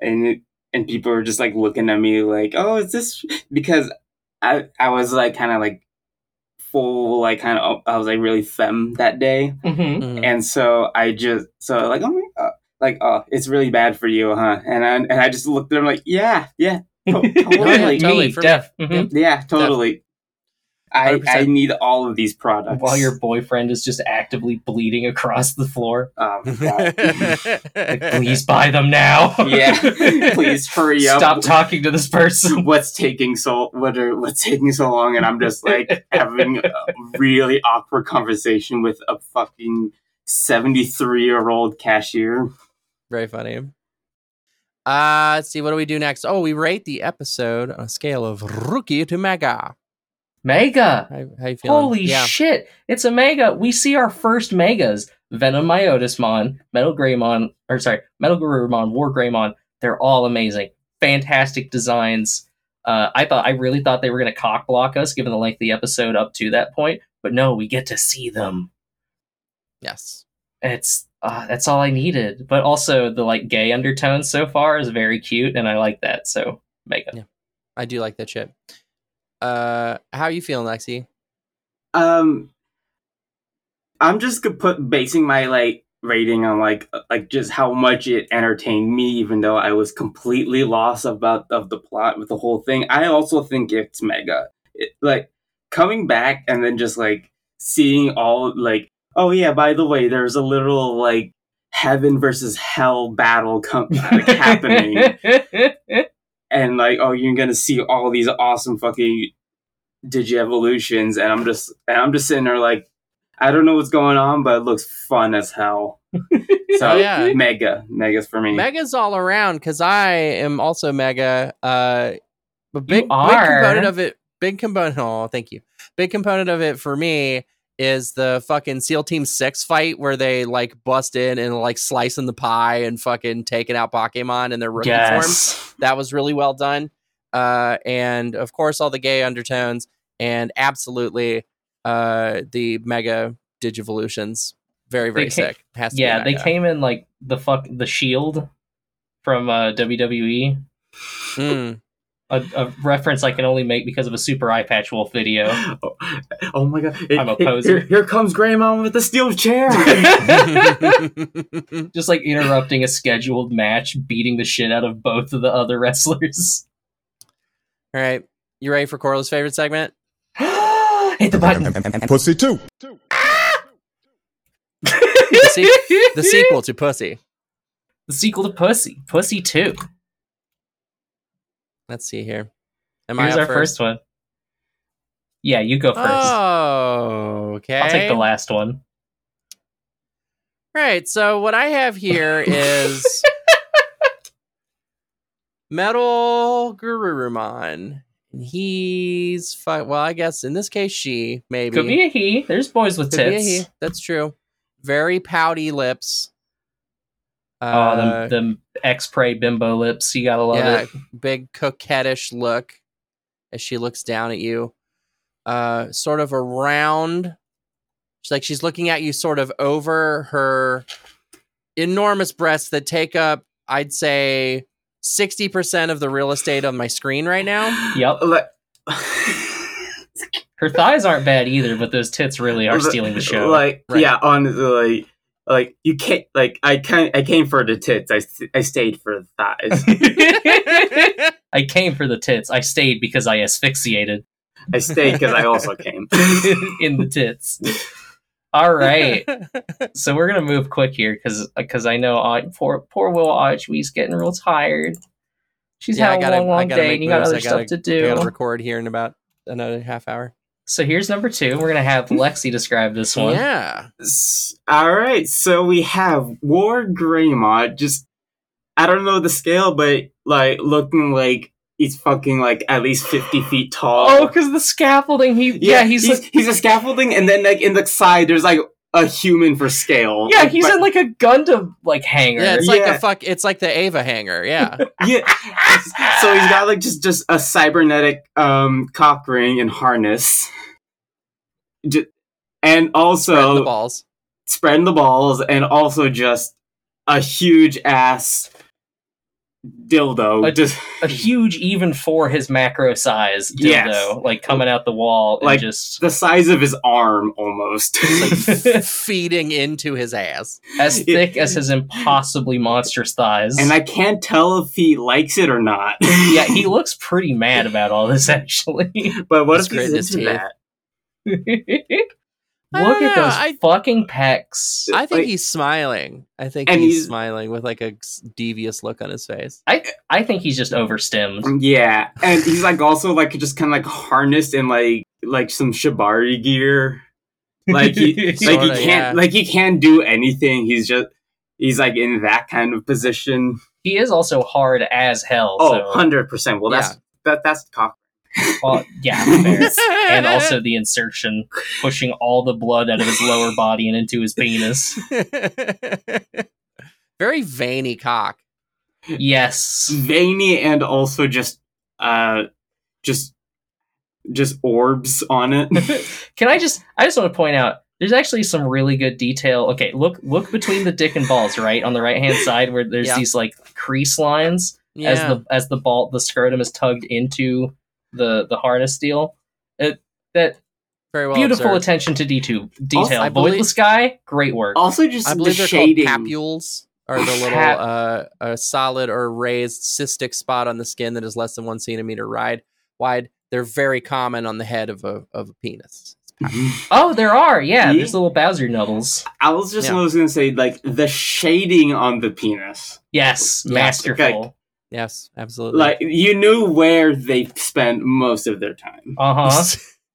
S3: and it, and people were just like looking at me like, oh, is this because I I was like kind of like full like kind of I was like really femme that day,
S2: Mm-hmm.
S1: Mhm.
S3: and so I just so like oh my god. Like oh, it's really bad for you, huh? And I and I just looked at him like, yeah, yeah, to-
S1: yeah,
S3: totally,
S1: totally,
S2: Me,
S1: for
S2: Def.
S1: Yeah.
S2: hmm
S3: yeah, totally. I I
S1: 100%.
S3: need all of these products.
S2: While your boyfriend is just actively bleeding across the floor.
S3: Oh my god.
S2: Like, please buy them now.
S3: yeah. Please hurry up.
S2: Stop talking to this person.
S3: What's taking so what are what's taking so long? And I'm just like having a really awkward conversation with a fucking seventy three year old cashier.
S1: Very funny. Uh, let's see. What do we do next? Oh, we rate the episode on a scale of rookie to mega.
S2: Mega.
S1: How, how you feeling?
S2: Holy
S1: yeah.
S2: shit. It's a mega. We see our first megas. Venom Myotismon, Metal Greymon, or sorry, Metal Garurumon, War Greymon. They're all amazing. Fantastic designs. Uh, I thought I really thought they were gonna cock block us given the length of the episode up to that point, but no, we get to see them.
S1: Yes.
S2: It's uh, that's all I needed. But also the like gay undertone so far is very cute and I like that, so mega.
S1: I do like that shit. Uh, how are you feeling, Lexi?
S3: Um I'm just gonna put basing my like rating on like uh, like just how much it entertained me even though I was completely lost about of the plot with the whole thing. I also think it's mega. It, like coming back and then just like seeing all like oh yeah by the way there's a little like heaven versus hell battle com- like, happening and like oh you're gonna see all these awesome fucking digievolutions and i'm just and i'm just sitting there like i don't know what's going on but it looks fun as hell so
S1: Oh, yeah.
S3: mega mega's for me
S1: Mega's all around because I am also mega. Uh, but big, big
S2: are.
S1: component of it, big component. Oh, thank you. Big component of it for me is the fucking SEAL Team Six fight where they like bust in and like slicing the pie and fucking taking out Pokemon in their rookie form.
S2: yes.
S1: That was really well done. Uh, and of course, all the gay undertones and absolutely uh, the mega digivolutions Very, very
S2: They came-
S1: sick. Has to be
S2: yeah,
S1: that
S2: they
S1: guy.
S2: came in like the fuck the Shield from uh, WWE,
S1: Mm.
S2: a, a reference I can only make because of a super eye patch wolf video.
S3: Oh, oh my god! It-
S2: I'm a
S3: it-
S2: poser.
S3: here, here comes Grandma with the steel chair.
S1: Hmm.
S2: Just like interrupting a scheduled match, beating the shit out of both of the other wrestlers.
S1: All right. You ready for Coral's favorite segment?
S2: Hit the button.
S4: Pussy too.
S2: the,
S1: se- The sequel to Pussy.
S2: The sequel to Pussy. Pussy 2.
S1: Let's see here. Am
S2: Here's
S1: I
S2: our
S1: up first?
S2: first one. Yeah, you go first.
S1: Oh, okay.
S2: I'll take the last one.
S1: Right. So what I have here is Metal Gururumon. He's fi- well, I guess in this case she maybe
S2: Could be a he. There's boys with
S1: Could be a
S2: tits.
S1: he. That's true. Very pouty lips.
S2: Oh, them,
S1: Uh,
S2: them X Prey bimbo lips. You gotta love
S1: yeah,
S2: it.
S1: big coquettish look as she looks down at you. Uh, sort of around. She's like she's looking at you, sort of over her enormous breasts that take up, I'd say, sixty percent of the real estate on my screen right now.
S2: Yep.
S3: Like-
S2: Her thighs aren't bad either, but those tits really are stealing the show.
S3: Like
S1: Right.
S3: yeah, honestly, like, like you can't like I can I came for the tits. I s- I stayed for the thighs.
S2: I came for the tits. I stayed because I asphyxiated
S3: I stayed because I also came.
S2: in the tits. All right. so we're gonna move quick here because I know I, poor poor Will Ochwee's getting real tired. She's
S1: Yeah, I
S2: having
S1: gotta-
S2: a long,
S1: I
S2: long
S1: gotta
S2: day,
S1: make
S2: and you got
S1: moves.
S2: other
S1: I gotta-
S2: stuff to
S1: We
S2: do.
S1: gotta record here in about another half hour.
S2: so here's number two. We're gonna have Lexi describe this one.
S1: Yeah.
S3: S- All right, so we have War Greymod. Just I don't know the scale, but like looking like he's fucking like at least fifty feet tall.
S2: Oh, because the scaffolding. He yeah, he's,
S3: he's,
S2: like,
S3: he's a scaffolding, and then like in the side, there's like a human for scale.
S2: yeah, he's
S3: but-
S2: in like a Gundam like hangar.
S1: Yeah, it's like
S3: Yeah.
S1: the fuck it's like the Ava hanger, yeah.
S3: yeah. So he's got like just just a cybernetic um cock ring and harness, Ju- and
S1: Spreading the
S3: also
S1: balls.
S3: spreading the balls, and also just a huge ass dildo.
S2: A-
S3: just
S2: a huge even for his macro size dildo,
S3: Yes.
S2: like coming out the wall and
S3: Like-
S2: just
S3: the size of his arm almost.
S1: feeding into his ass.
S2: as thick as his impossibly monstrous thighs.
S3: and I can't tell if he likes it or not.
S2: yeah, he looks pretty mad about all this actually.
S3: But what
S1: He's
S3: if he's
S1: gritting his
S3: into
S1: teeth.
S3: that?
S2: Look
S1: I don't
S2: at
S1: know,
S2: those
S1: I-
S2: fucking pecs.
S1: I think
S3: Like-
S1: he's smiling. I think
S3: And
S1: he's,
S3: he's-
S1: smiling with like a s- devious look on his face.
S2: I think he's just overstimmed.
S3: Yeah, and he's like also like just kind of like harnessed in like like some shibari gear. Like he like he
S1: Sorta,
S3: can't
S1: yeah.
S3: like he can't do anything. He's just he's like in that kind of position.
S2: He is also hard as hell.
S3: Oh,
S2: so,
S3: 100 percent. Well, that's that that's cock.
S2: well, yeah, fair. and also the insertion, pushing all the blood out of his lower body and into his penis.
S1: very veiny cock.
S2: Yes.
S3: veiny and also just uh just just orbs on it.
S2: Can I just I just want to point out there's actually some really good detail. Okay, look look between the dick and balls, right? On the right hand side where there's
S1: Yeah.
S2: these like crease lines
S1: Yeah.
S2: as the as the ball the scrotum is tugged into the the harness deal. It, that
S1: very well
S2: beautiful
S1: observed.
S2: attention to detail.
S3: Also,
S2: detail.
S1: I
S2: Void the
S1: believe- Oh.
S2: sky, great work.
S3: also, just
S1: I
S3: the
S1: believe they're
S3: shading.
S1: called papules or the little uh, a solid or raised cystic spot on the skin that is less than one centimeter wide. Wide. They're very common on the head of a of a penis.
S2: Oh, there are, yeah.
S3: Yeah.
S2: There's little Bowser nuddles.
S3: I was just
S1: Yeah.
S3: I was gonna say like the shading on the penis.
S2: Yes,
S1: Yeah.
S2: masterful.
S3: Okay.
S1: Yes, absolutely.
S3: like you knew where they spent most of their time.
S2: Uh huh.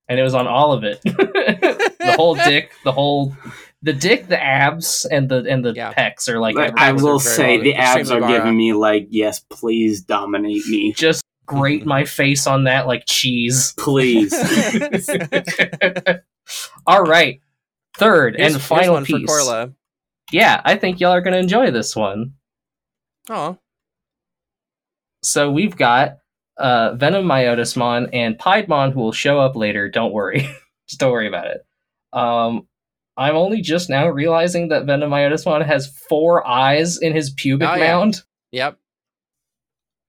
S2: and it was on all of it. the whole dick, the whole the dick, the abs, and the and the
S1: Yeah.
S2: pecs are like,
S3: Like,
S2: everything.
S3: I
S1: was
S3: will
S1: very
S3: say
S1: well-
S3: the abs are
S1: extremely viral.
S3: giving me like, yes, please dominate me,
S2: just grate my face on that like cheese.
S3: please.
S2: all right, third
S1: Here's-
S2: and
S1: here's
S2: final
S1: one for
S2: piece.
S1: Corla.
S2: Yeah, I think y'all are gonna enjoy this one.
S1: Oh,
S2: So we've got uh, Venom Myotismon and Piedmon who will show up later. Don't worry. Just don't worry about it. Um, I'm only just now realizing that Venomiotismon has four eyes in his pubic
S1: Oh, yeah.
S2: mound.
S1: Yep.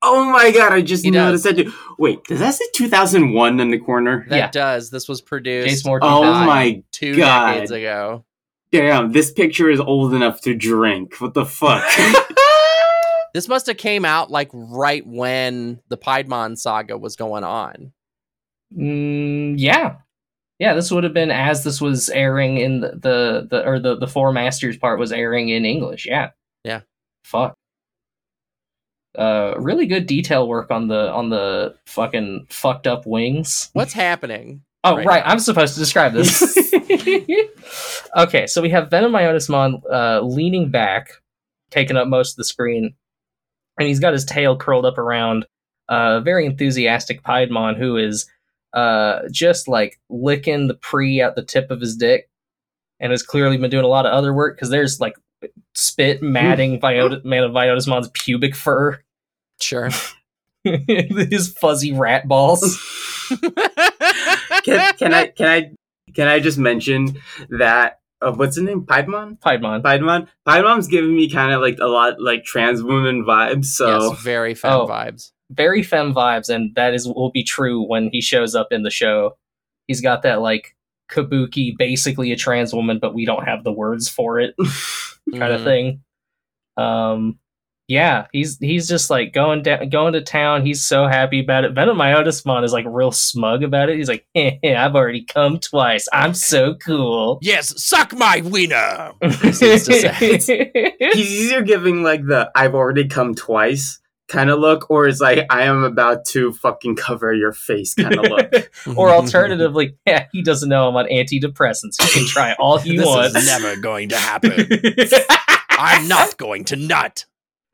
S3: Oh my god, I just
S1: He does.
S3: noticed that. Wait, does that say 2001 in the corner?
S1: That
S2: Yeah.
S1: does. This was
S2: Jace
S1: produced
S2: Morton.
S3: Oh
S1: God.
S3: my
S1: two
S3: God.
S1: decades ago.
S3: damn, this picture is old enough to drink. What the fuck?
S1: This must have came out like right when the Piedmon saga was going on.
S2: Mm, yeah, yeah. This would have been as this was airing in the the, the or the the Four Masters part was airing in English. Yeah.
S1: Yeah.
S2: Fuck. Uh, really good detail work on the on the fucking fucked up wings.
S1: What's happening?
S2: Oh,
S1: right
S2: right. I'm supposed to describe this. okay, so we have Venomiotismon uh, leaning back, taking up most of the screen, and he's got his tail curled up around uh, a very enthusiastic Piedmon who is uh, just like licking the pre out the tip of his dick and has clearly been doing a lot of other work because there's like spit matting Viota- Venomiotismon's pubic fur,
S1: Sure.
S2: his fuzzy rat balls.
S3: can, can I can I can I just mention that uh, what's the name? Piedmon?
S2: Piedmon.
S3: Piedmon? Piedmon's giving me kind of like a lot like trans woman vibes, so
S1: Yes, very fun
S2: Oh.
S1: vibes.
S2: very femme vibes, and that is will be true when he shows up in the show. He's got that like kabuki, basically a trans woman, but we don't have the words for it kind of
S1: Mhm.
S2: thing. Um, yeah, he's he's just like going down, going to town. He's so happy about it. Venomiotismon is like real smug about it. He's like, "Heh heh, I've already come twice. I'm so cool.
S1: Yes, suck my wiener. seems to
S2: yeah,
S3: he's either giving like the I've already come twice kind of look, or it's like I am about to fucking cover your face kind of look.
S2: or alternatively, yeah, he doesn't know I'm on antidepressants. You can try all you want.
S1: never going to happen. I'm not going to nut.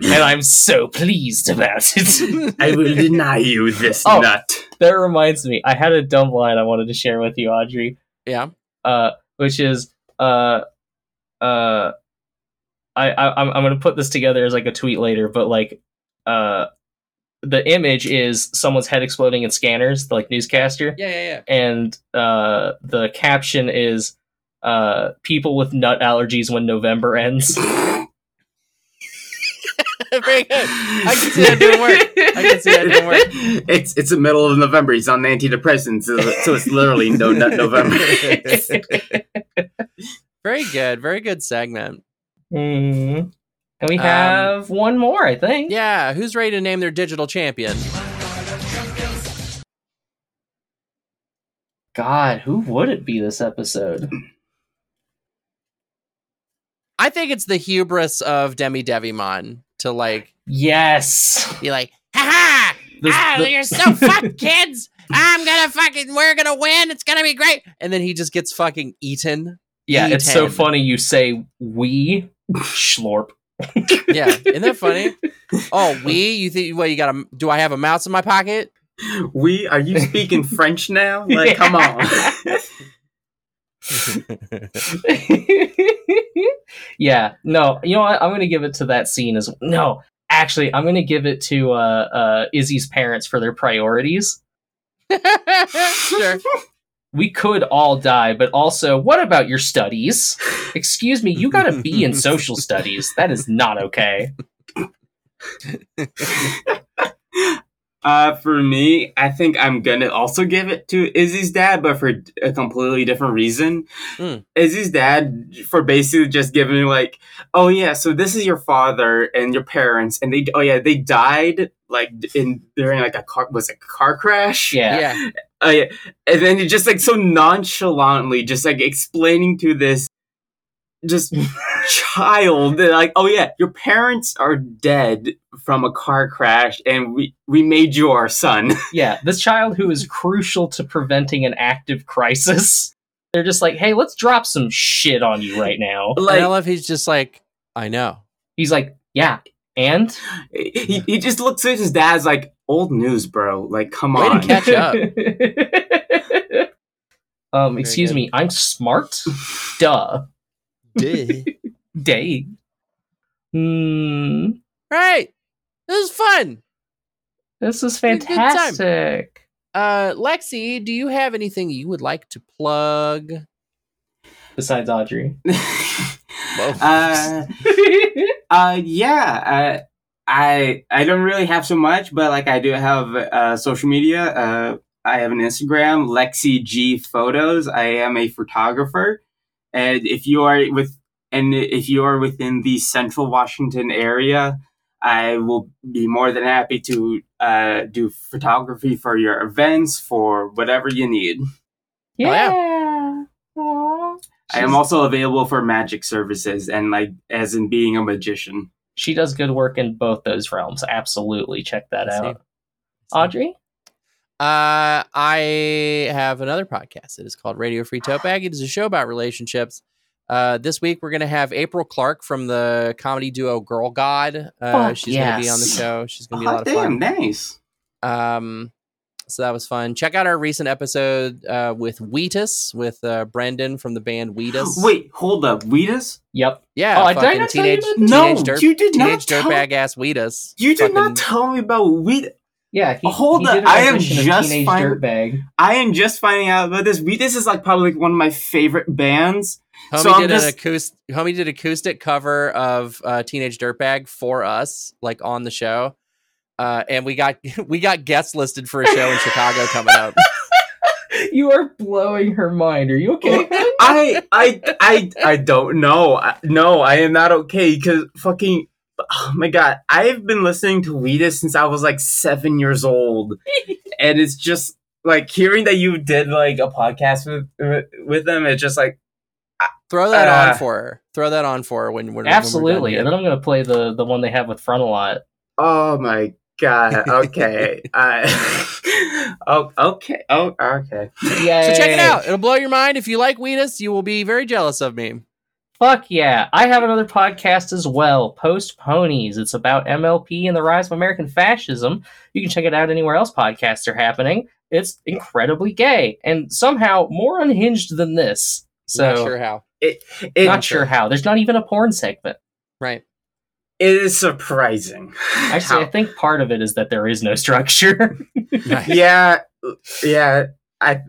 S2: and I'm so pleased about it.
S3: I will deny you this
S2: Oh.
S3: nut.
S2: that reminds me, I had a dumb line I wanted to share with you, Audrey.
S1: Yeah.
S2: Uh, which is uh, uh, I, I I'm I'm gonna put this together as like a tweet later, but like uh, the image is someone's head exploding in scanners, like newscaster,
S1: Yeah, yeah, yeah.
S2: and uh, the caption is uh, people with nut allergies when November ends.
S1: Very good. I can see that didn't work. I can see that didn't work.
S3: It's it's the middle of November. He's on antidepressants, so, so it's literally no Oh, nut November.
S1: Very good. Very good segment.
S2: Mhm. And we
S1: Um,
S2: have one more, I think.
S1: Yeah, who's ready to name their digital champion?
S2: God, who would it be this episode?
S1: I think it's the hubris of Demi Devimon to like
S2: Yes.
S1: be like, ha ha!
S2: This-
S1: ah,
S2: the-
S1: you're so fucked, kids. I'm gonna fucking, we're gonna win. It's gonna be great. And then he just gets fucking eaten.
S2: Yeah, it's so
S1: E10.
S2: funny you say we schlorp.
S1: Yeah, isn't that funny? Oh, we? You think? Well, you got a? Do I have a mouse in my pocket?
S3: We are you speaking French now? Like, come on.
S2: yeah, no, you know what? I'm gonna give it to that scene as no. Actually, I'm gonna give it to uh, uh, Izzy's parents for their priorities.
S1: sure.
S2: We could all die, but also, what about your studies? Excuse me, you got to be in social studies. That is not okay.
S3: Uh, for me, I think I'm gonna also give it to Izzy's dad, but for a completely different reason.
S1: Mm.
S3: Izzy's dad for basically just giving me like, oh yeah, so this is your father and your parents, and they oh yeah they died like in during like a car was it a car crash
S2: Yeah.
S1: Yeah.
S3: Oh, yeah. and then he just like so nonchalantly just like explaining to this just child that like oh yeah your parents are dead from a car crash and we we made you our son
S2: Yeah, this child who is crucial to preventing an active crisis. They're just like, hey, let's drop some shit on you right now.
S1: and I
S3: like
S1: love he's just like, I know.
S2: He's like, yeah, and
S3: he, he just looks at his dad's like old news bro like come
S1: Way to
S3: on
S1: catch up.
S2: um, excuse
S1: good.
S2: me, I'm smart. Duh,
S1: Duh.
S2: day. Hmm,
S1: right. This is fun.
S2: this is
S1: Good- good time.
S2: fantastic.
S1: Uh, Lexi, do you have anything you would like to plug?
S2: besides Audrey.
S3: uh,
S2: Oh,
S3: uh, yeah, I, I I don't really have so much, but like I do have uh, social media. Uh, I have an Instagram, Lexi G Photos. I am a photographer, and if you are with and if you are within the Central Washington area, I will be more than happy to uh, do photography for your events for whatever you need.
S2: yeah. Aw.
S3: I am
S2: She's-
S3: also available for magic services and like as in being a magician.
S2: She does good work in both those realms. Absolutely, check that
S1: I see.
S2: out. Audrey,
S1: Uh, I have another podcast. It is called Radio Free Topag. It is a show about relationships. Uh, this week we're going to have April Clark from the comedy duo Girl God. Uh,
S2: Fuck
S1: she's going to be on the
S2: yes.
S1: show. She's going to be a
S3: Oh,
S1: lot of fun.
S3: damn, nice.
S1: Um, so that was fun. Check out our recent episode uh, with Wheatus with uh, Brendan from the band Wheatus.
S3: Wait, hold up, Wheatus?
S2: yep.
S1: yeah,
S2: Oh, I- did I
S1: fucking
S2: not tell you
S1: teenage,
S2: about
S1: teenage
S2: this?
S3: No,
S1: dirt,
S3: you did not
S1: teenage
S3: tell-
S1: dirtbag ass Wheatus.
S3: You did
S1: Fucking-
S3: not tell me about Wheat.
S2: Yeah, he,
S3: Oh, Hold
S2: he
S3: up,
S2: did an
S3: I am
S2: audition of
S3: just
S2: teenage
S3: fine-
S2: dirtbag.
S3: I am just finding out about this. Wheatus is like probably like one of my favorite bands.
S1: Homie
S3: So I'm
S1: did an
S3: just-
S1: acoustic. Homie did acoustic cover of uh, "Teenage Dirtbag" for us, like on the show, uh, and we got we got guest listed for a show in Chicago coming up.
S2: You are blowing her mind. Are you okay?
S3: I I I I don't know. I, no, I am not okay because fucking. Oh my god, I've been listening to Wheatus since I was like seven years old, and it's just like hearing that you did like a podcast with with, with them. It's just like
S1: Throw that
S3: Uh,
S1: on for her. Throw that on for her when, when we're- when we're done
S2: Absolutely.
S1: here.
S2: And then I'm gonna play the the one they have with Front a lot.
S3: Oh my god. Okay. I oh okay. Oh okay.
S2: Yeah.
S1: so check it out. It'll blow your mind. If you like Wheatus, you will be very jealous of me.
S2: Fuck yeah. I have another podcast as well, Post Ponies. It's about MLP and the rise of American fascism. You can check it out anywhere else podcasts are happening. It's incredibly gay and somehow more unhinged than this. So,
S1: Not sure how.
S3: It,
S2: not sure how. There's not even a porn segment.
S1: Right.
S3: it is surprising.
S2: Actually, I think part of it is that there is no structure.
S1: Right.
S3: yeah. Yeah. I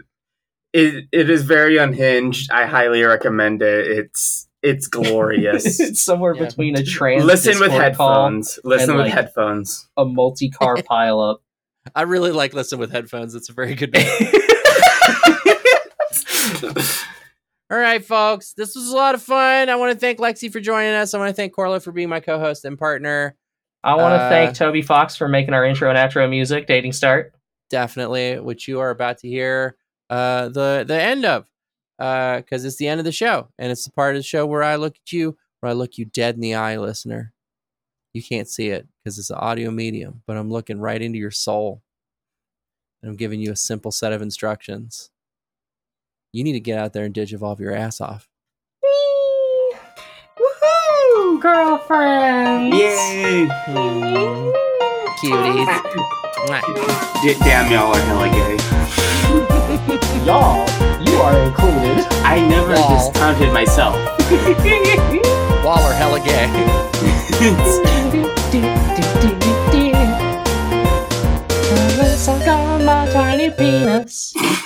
S3: it it is very unhinged. I highly recommend it. It's it's glorious.
S2: it's somewhere
S1: Yeah.
S2: between a trans
S3: Listen with
S2: Discord call,
S3: headphones. Listen
S2: and,
S3: with
S2: like-
S3: headphones.
S2: a multi-car pileup.
S1: I really like listen with headphones. It's a very good. band. All right, folks. This was a lot of fun. I want to thank Lexi for joining us. I want to thank Corla for being my co-host and partner.
S2: I want to
S1: Uh,
S2: thank Toby Fox for making our intro and outro music, Dating Start.
S1: definitely which you are about to hear uh the the end of uh because it's the end of the show and it's the part of the show where i look at you where i look you dead in the eye listener you can't see it because it's an audio medium but i'm looking right into your soul and i'm giving you a simple set of instructions you need to get out there and digivolve your ass off
S3: Woohoo!
S2: Girlfriends!
S3: Yay!
S1: cuties Mwah.
S3: D- damn y'all are hella gay.
S2: Y'all, you are included.
S3: I never
S1: Y'all.
S3: discounted myself.
S1: waller hella gay
S2: Unless I got my tiny penis.